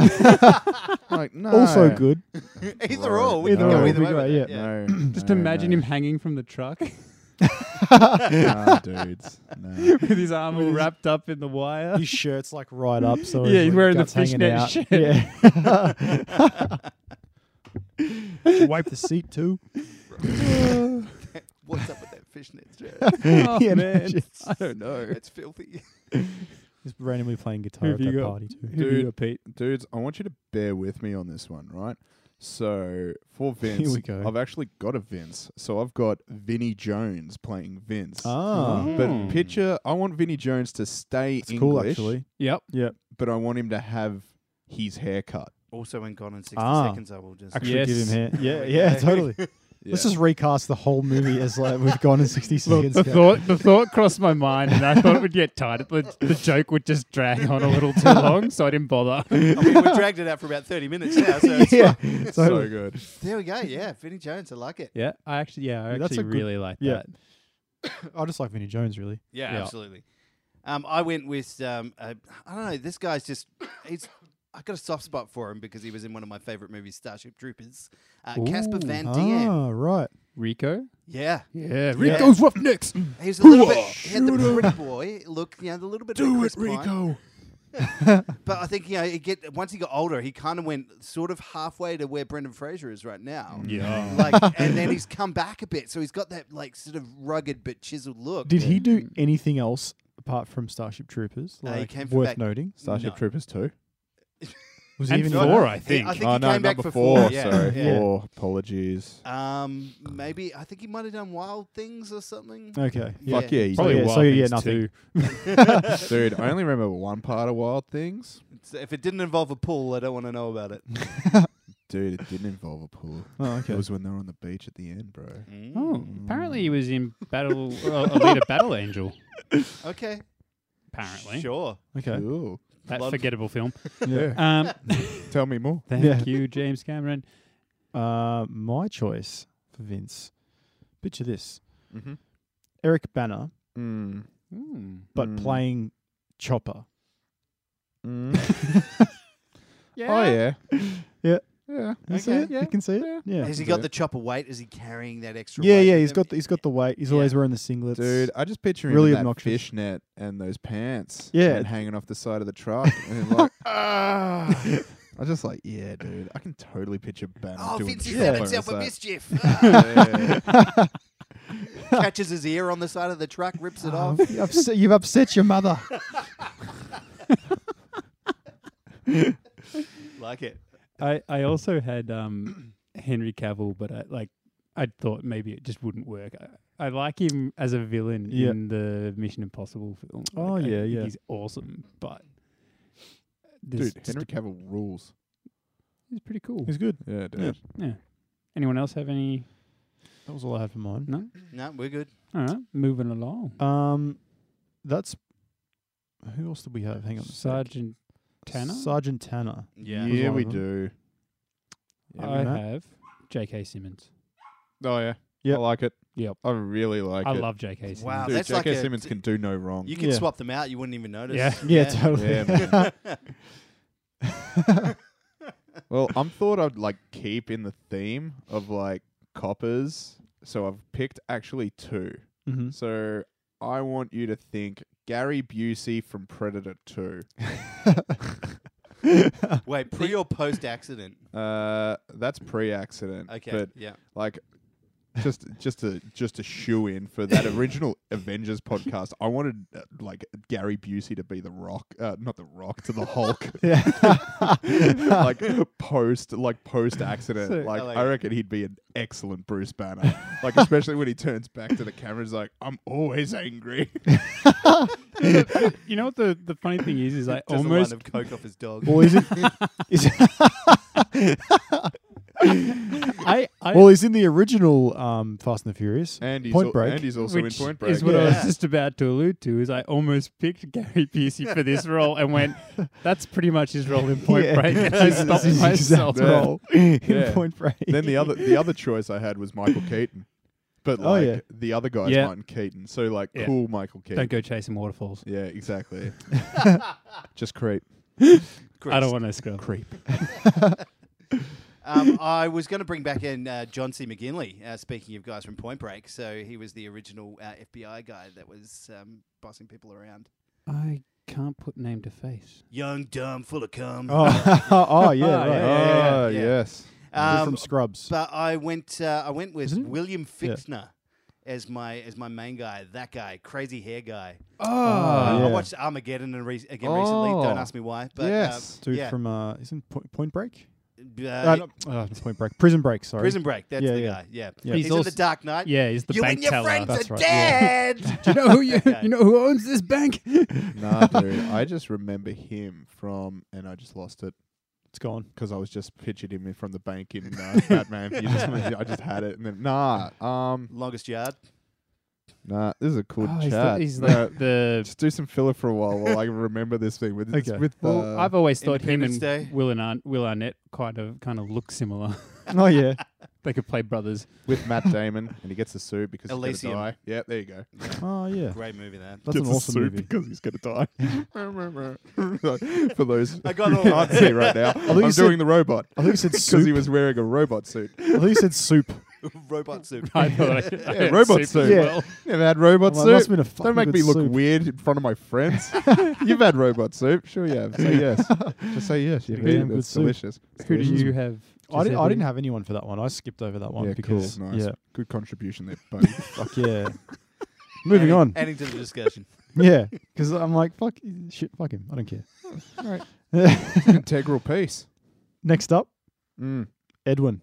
like no. Oh. Also good. either or, we Either can or go would either be way. great, with it, No, Just no, imagine no. him hanging from the truck Nah, dudes. Nah. with his arm all wrapped up in the wire. His shirt's like right up, so Yeah, his, he's like, wearing the guts hanging fishnet out. shirt. Yeah. Wipe the seat too. What's up with that fishnet? Jared? oh, Yeah, man. imagine. I don't know. That's filthy. He's randomly playing Who guitar have at you that got? party too. Who do you Dude. got, Pete? Dudes, I want you to bear with me on this one, right? So for Here Vince, we go. I've actually got a Vince. So I've got Vinnie Jones playing Vince. Ah, Hmm. But picture, I want Vinnie Jones to stay it's English, cool actually. Yep. Yeah, but I want him to have his haircut. Also, in Gone in 60 Ah. Seconds, I will just. actually Yes. give him hair. Yeah, we yeah, go. totally. Let's Yeah. just recast the whole movie as like we've gone in 60 Look, seconds. the Gav. thought, the thought crossed my mind, and I thought it would get tired. The, the joke would just drag on a little too long, so I didn't bother. I mean, we've dragged it out for about 30 minutes now. So it's yeah. fine. So, so good. there we go. Yeah, Vinnie Jones. I like it. Yeah, I actually, yeah, I Yeah, that's actually a good- really like yeah. that. I just like Vinnie Jones, really. Yeah, Yeah. absolutely. Um, I went with um, uh, I don't know. This guy's just he's. I got a soft spot for him because he was in one of my favorite movies, Starship Troopers. Uh, Casper Ooh. Van Dien. Ah, right. Rico? Yeah, Yeah, Rico's up next. he was a little bit. He had the pretty boy look, you know, the little bit. of a Chris Pine. But I think you know, it get once he got older, he kind of went sort of halfway to where Brendan Fraser is right now. Mm. Yeah. Like, and then he's come back a bit, so he's got that like sort of rugged but chiseled look. Did he do anything else apart from Starship Troopers? Uh, Mm. he Like, came from worth back- noting. Starship No. Troopers two. Was And he even in four, that? I think. I think oh he no, came back number for four, yeah. Sorry, Yeah. four. Apologies. Um, maybe I think he might have done Wild Things or something. Okay. Yeah. Fuck yeah, you Probably yeah, Wild so yeah, Things nothing. 2. did. dude. I only remember one part of Wild Things. It's- if it didn't involve a pool, I don't want to know about it. Dude, it didn't involve a pool. Oh, okay. It was when they were on the beach at the end, bro. Mm. Oh, Hmm. apparently he was in Battle, uh, Alita Battle Angel. Okay, Apparently. sure. Okay. Cool. That Love- forgettable film. Yeah. Um, Tell me more. thank Yeah. you, James Cameron. Uh, my choice for Vince. Picture this: Mm-hmm. Eric Banner, Mm. Mm. but Mm. playing Chopper. Mm. Oh yeah. Yeah. Yeah. You see Okay. it? You can see it. Yeah. Has he got the chopper weight? Is he carrying that extra? yeah, weight yeah. with He's him? got the, he's got the weight. He's Yeah. always wearing the singlets. Dude, I just picture him Really in that obnoxious. fishnet and those pants. Yeah. And hanging off the side of the truck. and like, ah. I was just like, yeah, dude. I can totally picture Banner Oh, doing Vince has something done like himself a that. mischief. Ah. Yeah. Catches his ear on the side of the truck, rips it Oh, off. you've, upset, you've upset your mother. like it. I, I also had um, Henry Cavill, but I like I thought maybe it just wouldn't work. I, I like him as a villain Yeah. in the Mission Impossible film. Oh, Like, I yeah, think yeah. He's awesome, but this Dude, Henry Cavill rules. is pretty cool. He's good. Yeah, dude. Yeah. Anyone else have any? That was all I had for mine. No. No, we're good. All right, moving along. Um, that's who else did we have? Hang on, a sec. Sergeant Tanner. Sergeant Tanner. Yeah, Was one we of them. do. Yeah, I we- Matt. have J.K. Simmons. oh, yeah. Yep. I like it. Yep. I really like I it. love J.K. Simmons. Wow, Dude, that's J.K. like a- Simmons can do no wrong. You could Yeah. swap them out; you wouldn't even notice. Yeah. Yeah, totally. Yeah, man. well, I'm thought I'd like keep in the theme of like coppers, so I've picked actually two. Mhm. So I want you to think Gary Busey from Predator Two. Wait, pre or post accident? Uh, that's pre-accident. Okay. but yeah. like just just a just a shoe in for that original Avengers podcast. I wanted uh, like Gary Busey to be the Rock, uh, not the Rock, to the Hulk. like post like post accident. So- like I I, like it. reckon he'd be an excellent Bruce Banner. like especially when he turns back to the camera, he's like, "I'm always angry." You know what the the funny thing is? Is I Just almost a line of coke off his dog. Well, he's in, he's, I I well, he's in the original um, Fast and the Furious. and he's Point al- Break. and he's also in Which Point Break. Is what I Yeah. was just about to allude to. Is I almost picked Gary Busey for this role and went, "That's pretty much his role in Point Yeah. Break." And I This is stopped his myself. exact role in Yeah. Point Break. then the other the other choice I had was Michael Keaton. But Oh, like yeah. the other guy's Yeah. Martin Keaton. So like Yeah. cool Michael Keaton. Don't go chasing waterfalls. Yeah, exactly. Just creep. I don't want to scrub. Creep. Um, I was going to bring back in uh, John C. McGinley. Uh, speaking of guys from Point Break, so he was the original uh, FBI guy that was um, bossing people around. I can't put name to face. Young, dumb, full of cum. oh, oh, yeah, Yeah, right. yeah, oh, yeah. yes. He's Um, from Scrubs. but I went. Uh, I went with Isn't it? William Yeah. Fichtner as my as my main guy. That guy, crazy hair guy. Oh, Ah. Uh, I yeah. watched Armageddon and re- again recently. Don't Oh. ask me why. um, But Yes. uh, Dude yeah, from uh, isn't Point, Point Break? uh, Uh, not, uh, not Point Break. Prison Break. Sorry. Prison Break. That's Yeah, the yeah. guy. Yeah, Yeah. he's, He's in also- the Dark Knight. Yeah, he's the you bank and your teller. friends That's are right, yeah. dead. Do you know who you, guy. you know who owns this bank? Nah, dude. I just remember him from, and I just lost it. It's gone. because I was just pictured him from the bank in uh, Batman. You just, I just had it, and then nah, um, Longest yard. nah. This is a cool Oh, chat. he's the- he's No, like the. just do some filler for a while while I remember this thing with it's Okay. with Well, uh, I've always thought him Independence and Day. Will and Arn Will Arnett kind of kind of look similar. oh yeah. they could play brothers. with Matt Damon, and he gets the suit because he's Elysium. gonna die. Yeah, there you go. Oh yeah. Great movie, that. That's an Gets the awesome suit movie. because he's gonna die. for those I got who all can't that. see right now, I'm you doing said- the robot I think it said because he soup. was wearing a robot suit. I think it said soup. Robot soup. I thought I could, Yeah, robot suit. Yeah. Well. Never had robot I'm like, soup. must've been a fucking Don't make good me look soup. weird in front of my friends. You've had robot soup. Sure you have. Say yes. Just say yes. You've Pretty eaten damn it. good It's soup. delicious. It's Who do delicious. you have? I didn't, I Giuseppe? didn't have anyone for that one. I skipped over that one Yeah, cool. because Nice. yeah, Good contribution there, buddy. Fuck fuck yeah. Moving Adding- on. Adding to the discussion. Yeah, because I'm like fuck shit, fuck him. I don't care. Alright. right. integral piece. Next up, Mm. Edwin.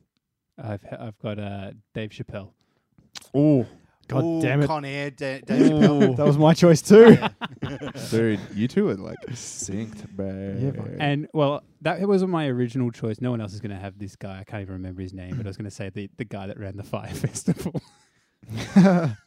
I've ha- I've got uh, Dave Chappelle. Oh god Ooh, damn it! Con Air, da- Dave that was my choice too. Dude, you two are like synced, man. Yeah, fuck. And well, that was my original choice. No one else is going to have this guy. I can't even remember his name, but I was going to say the, the guy that ran the fire festival. the,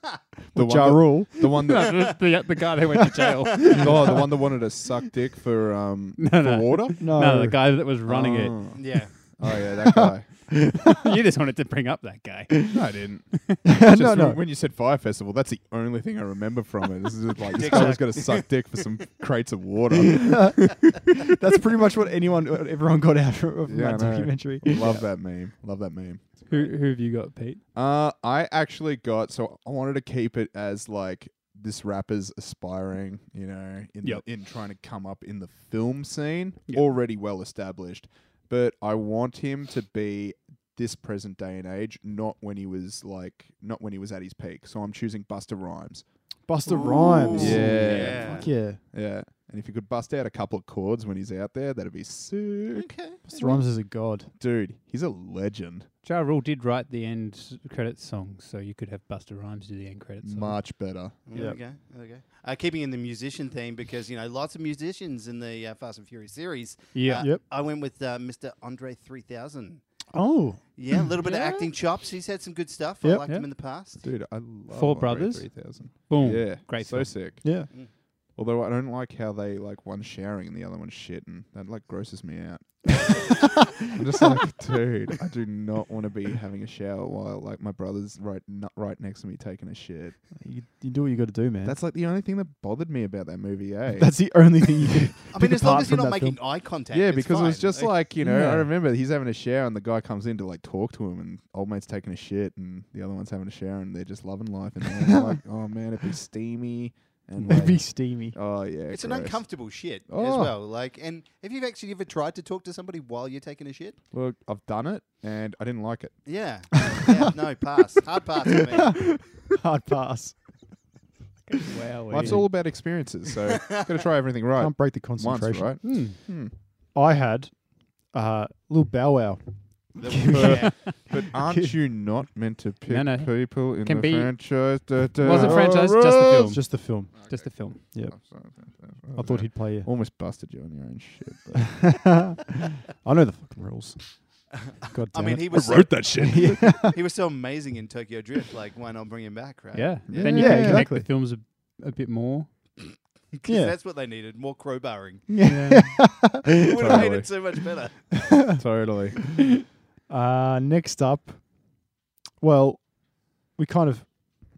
the one ja Rule. that, the one that the, the, the guy that went to jail. oh, the one that wanted to suck dick for um No, for no. water. No, no, the guy that was running Oh. Yeah. Oh yeah, that guy. Oh. it. You just wanted to bring up that guy. No, I didn't. it. Just no, no. when you said fire festival, that's the only thing I remember from it. This is just like this Dick guy was suck. gonna suck dick for some crates of water. That's pretty much what anyone, what everyone got out of of Yeah, I that know. documentary. Love that meme. Love that meme. Who who have you got, Pete? Uh, I actually got so I wanted to keep it as like this rapper's aspiring, you know, in Yep. in trying to come up in the film scene, Yep. already well established, but I want him to be this present day and age, not when he was like, not when he was at his peak. So I'm choosing Buster Rhymes. Buster Rhymes. Yeah. Fuck yeah. Yeah, and if you could bust out a couple of chords when he's out there, that'd be sick, Okay. Buster Rhymes is a god. dude. He's a legend. Ja Rule did write the end credits song, so you could have Buster Rhymes do the end credits song. Much better. There we go. There we go. Uh, keeping in the musician theme because you know lots of musicians in the uh, Fast and Furious series. Yeah. Uh, Yep. I went with uh, Mr. Andre 3000. Oh, Yeah, a little bit of acting chops. He's had some good stuff. I Yep. liked Yeah. him in the past. Dude, I love Four Andre Brothers? 3000. Boom. Yeah, Great so film. sick. yeah. Although I don't like how they like one's showering and the other one's shitting. That like grosses me out. I'm just like, dude, I do not want to be having a shower while like my brother's right not right next to me taking a shit. You, you do what you got to do, man. That's like the only thing that bothered me about that movie, eh? That's the only thing you can. I pick mean, as long apart as you're from not that film. making eye contact. yeah, it's because it was fine. just like you know, I Yeah. remember he's having a shower and the guy comes in to like talk to him, and old mate's taking a shit, and the other one's having a shower, and they're just loving life, and they're like, oh man, it'd be steamy, and It'd be like, steamy. oh yeah, It's an gross. uncomfortable shit as Oh. well. Like, and have you actually ever tried to talk to somebody while you're taking a shit? Look, I've done it, and I didn't like it. Yeah. yeah no, pass. Hard pass. For me. Hard pass. Wow. Life's all about experiences, so gotta try everything right Can't break the once, concentration. right? Hmm. Hmm. I had uh, little Bow Wow. yeah. But aren't you not meant to pick No, no. people in Can the be- franchise? Wasn't franchise, just the film. It's just the film. Just a film. I thought he'd play you. almost busted you on your own shit. But I know the fucking rules. God I damn mean, it. he was so, wrote that shit. he was so amazing in Tokyo Drift. Like, why not bring him back? Right? Yeah. Yeah. Then you Yeah, can connect exactly. the films a, a bit more. 'Cause Yeah. that's what they needed. More crowbarring. Yeah. It would have made Totally. it so much better. totally. Uh, next up, well, we kind of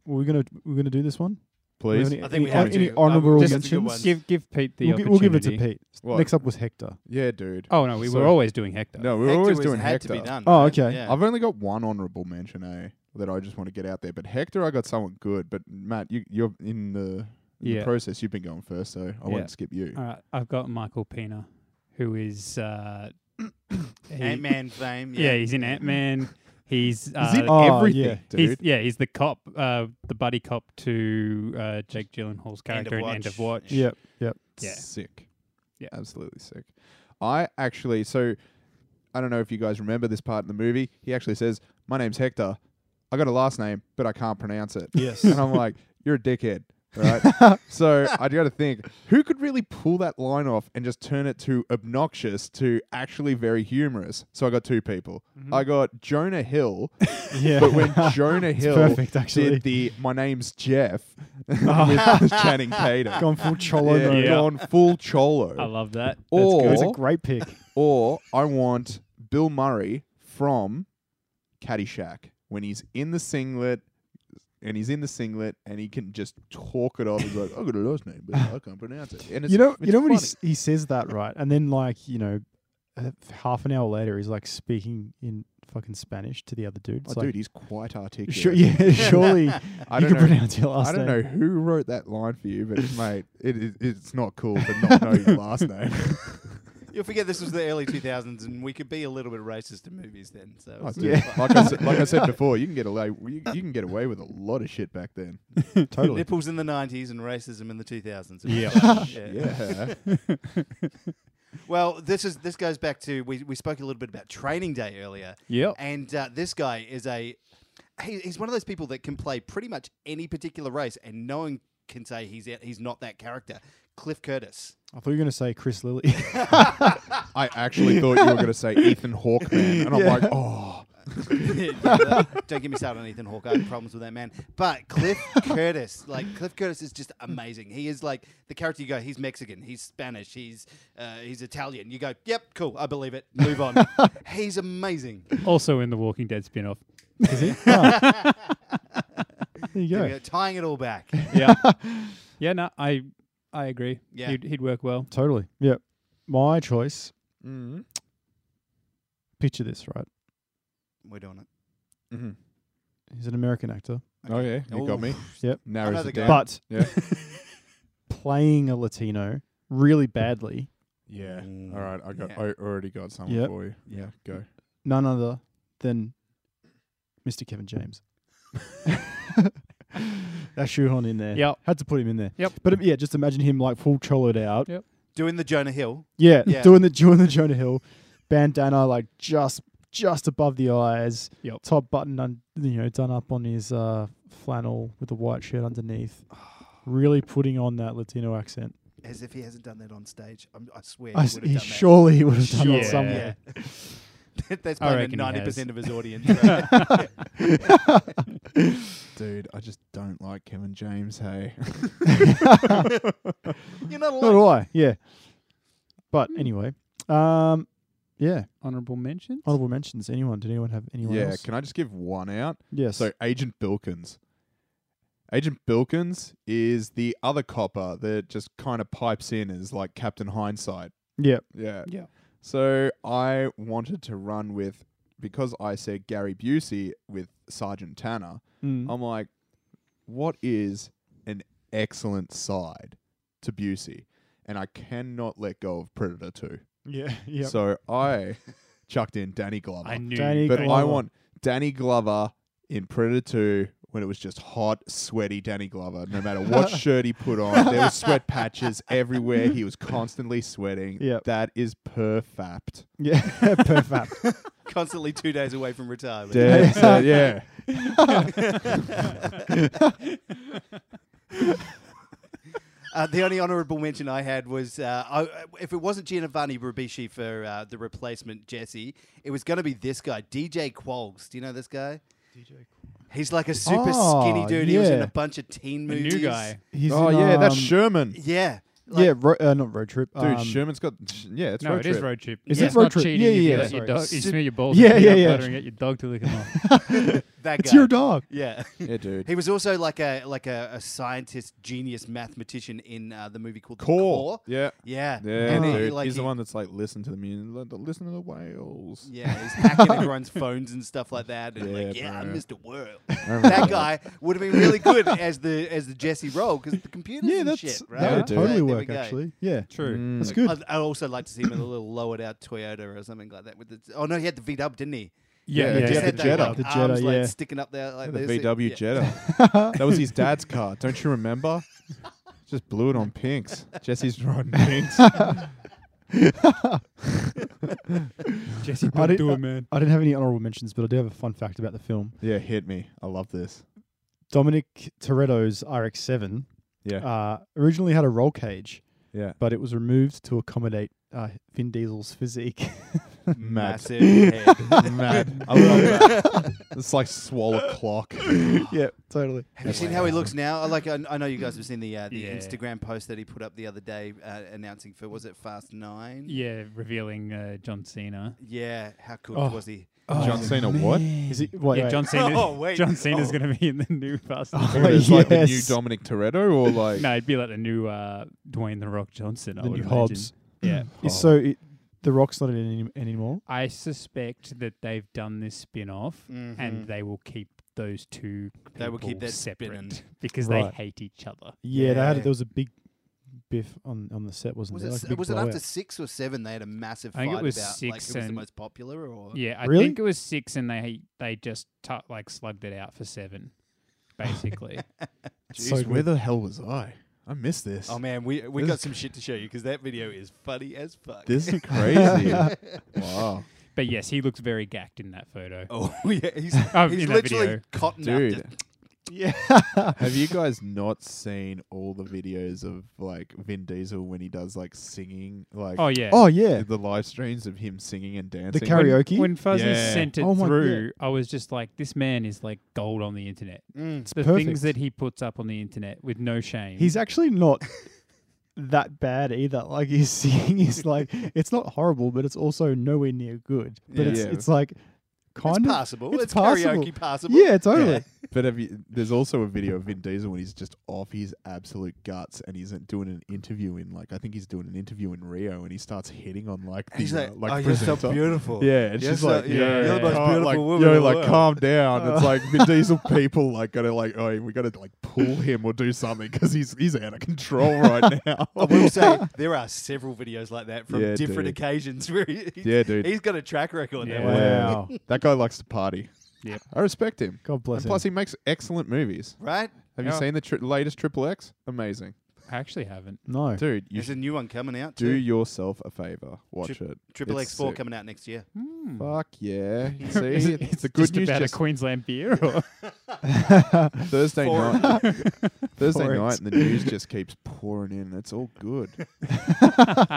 we're gonna we're gonna do this one. We have Please. any- I think we any- have any to. honorable Um, just- that's a good mentions. one. give give Pete the we'll, gi- opportunity. we'll give it to Pete. What? Next up was Hector. Yeah, dude. Oh no, we were So- always doing Hector. No, we were Hector always was- doing had Hector. to be done. Oh, right? okay. Yeah. I've only got one honorable mention, eh, that I just want to get out there. But Hector, I got someone good. But Matt, you, you're in the, in Yeah. the process. You've been going first, so I Yeah. won't skip you. All right, I've got Michael Pena, who is uh, he- Ant Man fame. Yeah, he's in Ant Man. He's uh, He's in Oh, everything, yeah. dude. he's yeah, he's the cop, uh, the buddy cop to uh, Jake Gyllenhaal's character in End of Watch. Watch. Yeah. Yep, yep. Yeah. Sick. Yeah. Absolutely sick. I actually, so I don't know if you guys remember this part in the movie. He actually says, My name's Hector. I got a last name, but I can't pronounce it. Yes. and I'm like, You're a dickhead. right? so I got to think who could really pull that line off and just turn it to obnoxious to actually very humorous. So I got two people. Mm-hmm. I got Jonah Hill, Yeah. but when Jonah Hill perfect, actually. Oh. did the "My name's Jeff" with Channing Tatum, Gone full cholo yeah, mode. Yeah. gone full cholo. I love that. That's Or- good. It's a great pick. Or I want Bill Murray from Caddyshack when he's in the singlet and he's in the singlet and he can just talk it off. He's like, I got a last name, but I can't pronounce it. And it's, you know, it's you know when he, funny. s- he says that right, and then like you know, uh, half an hour later, he's like speaking in fucking Spanish to the other dude. Oh, It's like, dude, he's quite articulate. sure, yeah, surely you I can don't know. pronounce your last I don't name. know who wrote that line for you, but mate, it, it, it's not cool to not know your last name. You'll forget this was the early 2000s, and we could be a little bit racist in movies then. So Oh, it's dude, not fun. like, I, said- like I said before, you can get away. You, you can get away with a lot of shit back then. Totally. nipples in the 90s and racism in the 2000s. Yeah. Yeah. Well, this is this goes back to we, we spoke a little bit about training day earlier. Yep. And uh, this guy is a he, he's one of those people that can play pretty much any particular race, and no one can say he's out, he's not that character. Cliff Curtis. I thought you were gonna say Chris Lilly. I actually thought you were going to say Ethan Hawkeman, and I'm like, oh, Yeah, but don't get me started on Ethan Hawke. I have problems with that man. But Cliff Curtis, like Cliff Curtis, is just amazing. He is like the character you go. He's Mexican. He's Spanish. He's uh, he's Italian. You go. Yep, cool. I believe it. Move on. he's amazing. Oh, Also in the Walking Dead spin off. there you There we go. go, Tying it all back. Yeah. yeah, no, I I agree. Yeah. He'd, he'd work well. Totally. Yeah. My choice. Mm-hmm. mm Picture this, right? We're doing it. mm Mm-hmm. He's an American actor, Oh yeah, you Ooh. got me. Yep. Narrows Another it guy. down. but yeah, playing a Latino really badly. yeah. Mm. All right, I got. Yeah. I already got someone Yep. for you. Yeah, go. none other than Mr. Kevin James. that shoehorn in there. Yep. Had to put him in there. Yep. But um, yeah, just imagine him like full choloed out. Yep. Doing the Jonah Hill. Yeah, Yeah. Doing the doing the Jonah Hill bandana like just just above the eyes. Yep. Top button un, you know, done up on his uh, flannel with a white shirt underneath. Really putting on that Latino accent. As if he hasn't done that on stage. I'm, I swear I he s- would have he done surely would have done Sure. it Yeah. somewhere. that. Yeah. That's I probably reckon he ninety has. percent of his audience. so- Dude, I just don't like Kevin James. Hey, You're Not not alone. do I. Yeah. But anyway, um, yeah. Honorable mentions? Honorable mentions. Anyone? Did anyone have anyone yeah. else? Can I just give one out? yes. So Agent Bilkins. Agent Bilkins is the other copper that just kind of pipes in as like Captain Hindsight. yeah. Yeah. Yeah. So I wanted to run with because I said Gary Busey with Sergeant Tanner. Mm. I'm like, what is an excellent side to Busey? And I cannot let go of Predator 2. Yeah. Yeah. So I chucked in Danny Glover. I knew. Danny but I Glover. want Danny Glover in Predator 2 when it was just hot, sweaty Danny Glover. No matter what shirt he put on, there were sweat patches everywhere. He was constantly sweating. Yep. That is perfect. yeah. Perfect. Constantly two days away from retirement. Dead set, yeah. Uh, the only honourable mention I had was uh, I, if it wasn't Giovanni Ribisi for uh, the replacement Jesse, it was going to be this guy, DJ Qualls. Do you know this guy? DJ. He's like a super skinny Oh, dude. He was in yeah. a bunch of teen The movies. new guy. He's oh, in, yeah, that's um, Sherman. Yeah. yeah. Ro- uh, not road trip. Dude, um, Sherman's got. Yeah, it's no, it road is trip. road trip. Is yeah. it It's Road not Trip? cheating Yeah, if you yeah, let yeah, Your sorry. dog, you Sit- smear your balls. Yeah, Yeah, yeah, yeah, yeah. Buttering at your dog to lick him off. That It's guy. your dog. Yeah. Yeah, dude. He was also like a like a, a scientist, genius mathematician in uh, the movie called The Core. Core. Yeah. Yeah. Yeah, And he, dude. like, he's the he- one that's like, listen to the music, li- listen to the whales. Yeah, he's hacking everyone's phones and stuff like that. And like, Yeah, yeah, I'm bro. Mr. World. remember that guy would have been really good as the as the Jesse role because the computers Yeah, and that's shit, right? that would Yeah, totally There we work go. actually. Yeah. True. That's good. I'd, I'd also like to see him in a little lowered out Toyota or something like that. With the, oh no, he had the VW, didn't he? Yeah, He yeah, just yeah, had the that, Jetta. like, The arms, Jetta, like, yeah. sticking up there. Like the this. VW Yeah. Jetta. that was his dad's car. Don't you remember? Just blew it on pinks. Jesse's riding pinks. Jesse, I don't didn't- do it, man. I didn't have any honorable mentions, but I do have a fun fact about the film. yeah, hit me. I love this. Dominic Toretto's RX-7 Yeah. Uh, originally had a roll cage, yeah. but it was removed to accommodate uh, Vin Diesel's physique. Massive head. Mad. I love that. It's like swallow clock. yeah, totally. Have you seen how he looks now? I Like I, I know you guys have seen the uh, the Yeah. Instagram post that he put up the other day uh, announcing for was it Fast Nine? Yeah, revealing uh, John Cena. Yeah, how cooked Oh. was he? John Cena what? Is it? Wait, yeah, wait. John Cena. Oh, wait. John Cena's Oh. gonna be in the new Fast. and Oh, Furious. It's like the new Yes. Dominic Toretto or like No, it'd be like the new uh, Dwayne the Rock Johnson. I the would new imagine. Hobbs. Hmm. Oh. Yeah. Is So it, the Rock's not in any, anymore. I suspect that they've done this spin off Mhm. and they will keep those two They will keep people that separate spinning. because Right. they hate each other. Yeah, they had Yeah. there was a big biff on on the set, wasn't Was there? it Like a s- big was it after blowout. six or seven? They had a massive I think it fight was about like six who was the and- most popular or Yeah, I Really? think it was six and they they just tu like slugged it out for seven, basically. It's so good. the hell was I? I missed this. Oh man, we we This- got some shit to show you because that video is funny as fuck. This is crazy. wow. but yes, he looks very gacked in that photo. oh yeah, he's, Oh, he's in that literally video. cotton Dude. up. just- Have you guys not seen all the videos of like Vin Diesel when he does like singing like Oh yeah. Oh yeah, the live streams of him singing and dancing? the karaoke. When Fuzzy Yeah. sent it Oh my God. through, I was just like, this man is like gold on the internet. Mm. the perfect. things that he puts up on the internet with no shame. He's actually not that bad either. Like his singing is like it's not horrible, but it's also nowhere near good. But it's Yeah. it's like kind it's of passable. it's It's, passable. karaoke passable. Yeah, totally. But have you, there's also a video of Vin Diesel when he's just off his absolute guts and he's doing an interview in like I think he's doing an interview in Rio and he starts hitting on like the And he's like, uh, like oh, you're so presenter." beautiful. Yeah, and You're she's so- like, you're- yeah, you're the most calm- beautiful like, woman yo, in the like world. calm down. It's like Vin Diesel people like gotta like, oh, we gotta like pull him or do something because he's he's out of control right now. I will say there are several videos like that from Yeah, different dude. occasions where he, he's, yeah, dude, he's got a track record. Yeah. That one. Wow. that guy likes to party. Yep. I respect him. God bless And him. plus, he makes excellent movies. Right? Have you Yeah. seen the tri- latest Triple X? Amazing, I actually haven't. no. dude. You There's a new one coming out. do Too. yourself a favor. Watch it. Triple It's X Four sick. coming out next year. Hmm. Fuck yeah! See, Is it- it's the good just news. about Just a Queensland beer. Or Thursday Four. night, Thursday Four. night, and the news just keeps pouring in. It's all good.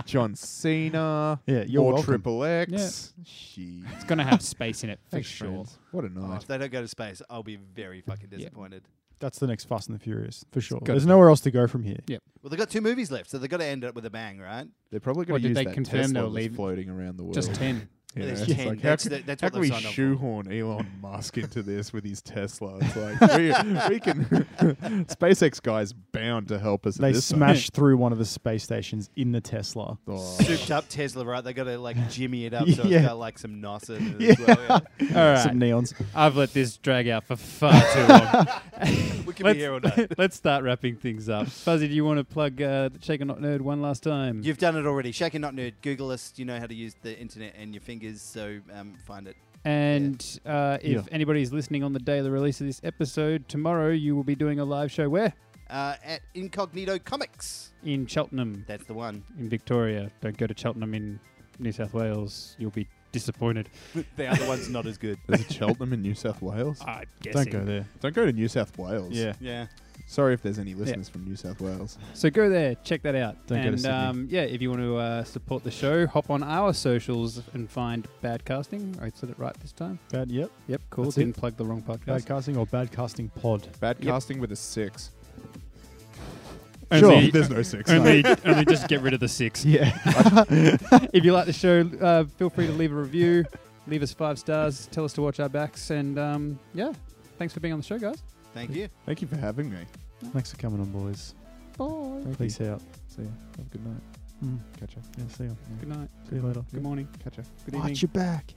John Cena, Yeah, you're more welcome. Triple X. She, it's gonna have space in it for sure. What a Oh, night! if they don't go to space, I'll be very fucking disappointed. That's the next Fast and the Furious for sure. gotta There's be. nowhere else to go from here. Well, they got two movies left, so they got to end up with a bang, right? They're probably What, going to did use they that confirm Tesla they'll that's leave- floating around the world. Just ten. Yeah, There's it's 10. like, That's how the- can, that's how what can they've we signed up for. shoehorn Elon Musk into this with his Tesla? It's like we, we can. SpaceX guy's bound to help us. at They this point. smash through one of the space stations in the Tesla. Oh. Souped up Tesla, right? They got to like jimmy it up so Yeah. it's got like some NOS in it as well. Yeah. All right, Some neons. I've let this drag out for far too long. We could be Let's- here all day. Let's start wrapping things up. Fuzzy, do you want to plug uh, the Shaker Not Nerd one last time? You've done it already. Shaken Not Nerd, Google us. You know how to use the internet and your fingers, so um, find it. and uh, if anybody's listening on the day of the release of this episode, tomorrow you will be doing a live show where? Uh, at Incognito Comics. In Cheltenham, That's the one. in Victoria. Don't go to Cheltenham in New South Wales. You'll be disappointed. The other one's not as good. There's a Cheltenham in New South Wales. I'm guessing. Don't go there. Don't go to New South Wales. Yeah. Yeah. Sorry if there's any listeners from New South Wales. So go there, check that out. Don't go to and Sydney. um, yeah, if you want to uh, support the show, hop on our socials and find Badcasting. I said it right this time. Bad. Yep. Yep, cool. That's it. Didn't plug the wrong Bad podcast. casting or bad casting pod. Bad Yep. casting with a six. Only- there's no six. Only, only just get rid of the six. Yeah. If you like the show, uh, feel free to leave a review, leave us five stars, tell us to watch our backs, and um, yeah, thanks for being on the show, guys. Thank you. Thank you for having me. Thanks for coming on, boys. Bye. Thank Peace out. See ya. Have a good night. Mm. Catch ya. Yeah, see you. Good night. See you later. Good morning. Catch ya. Good evening. your back.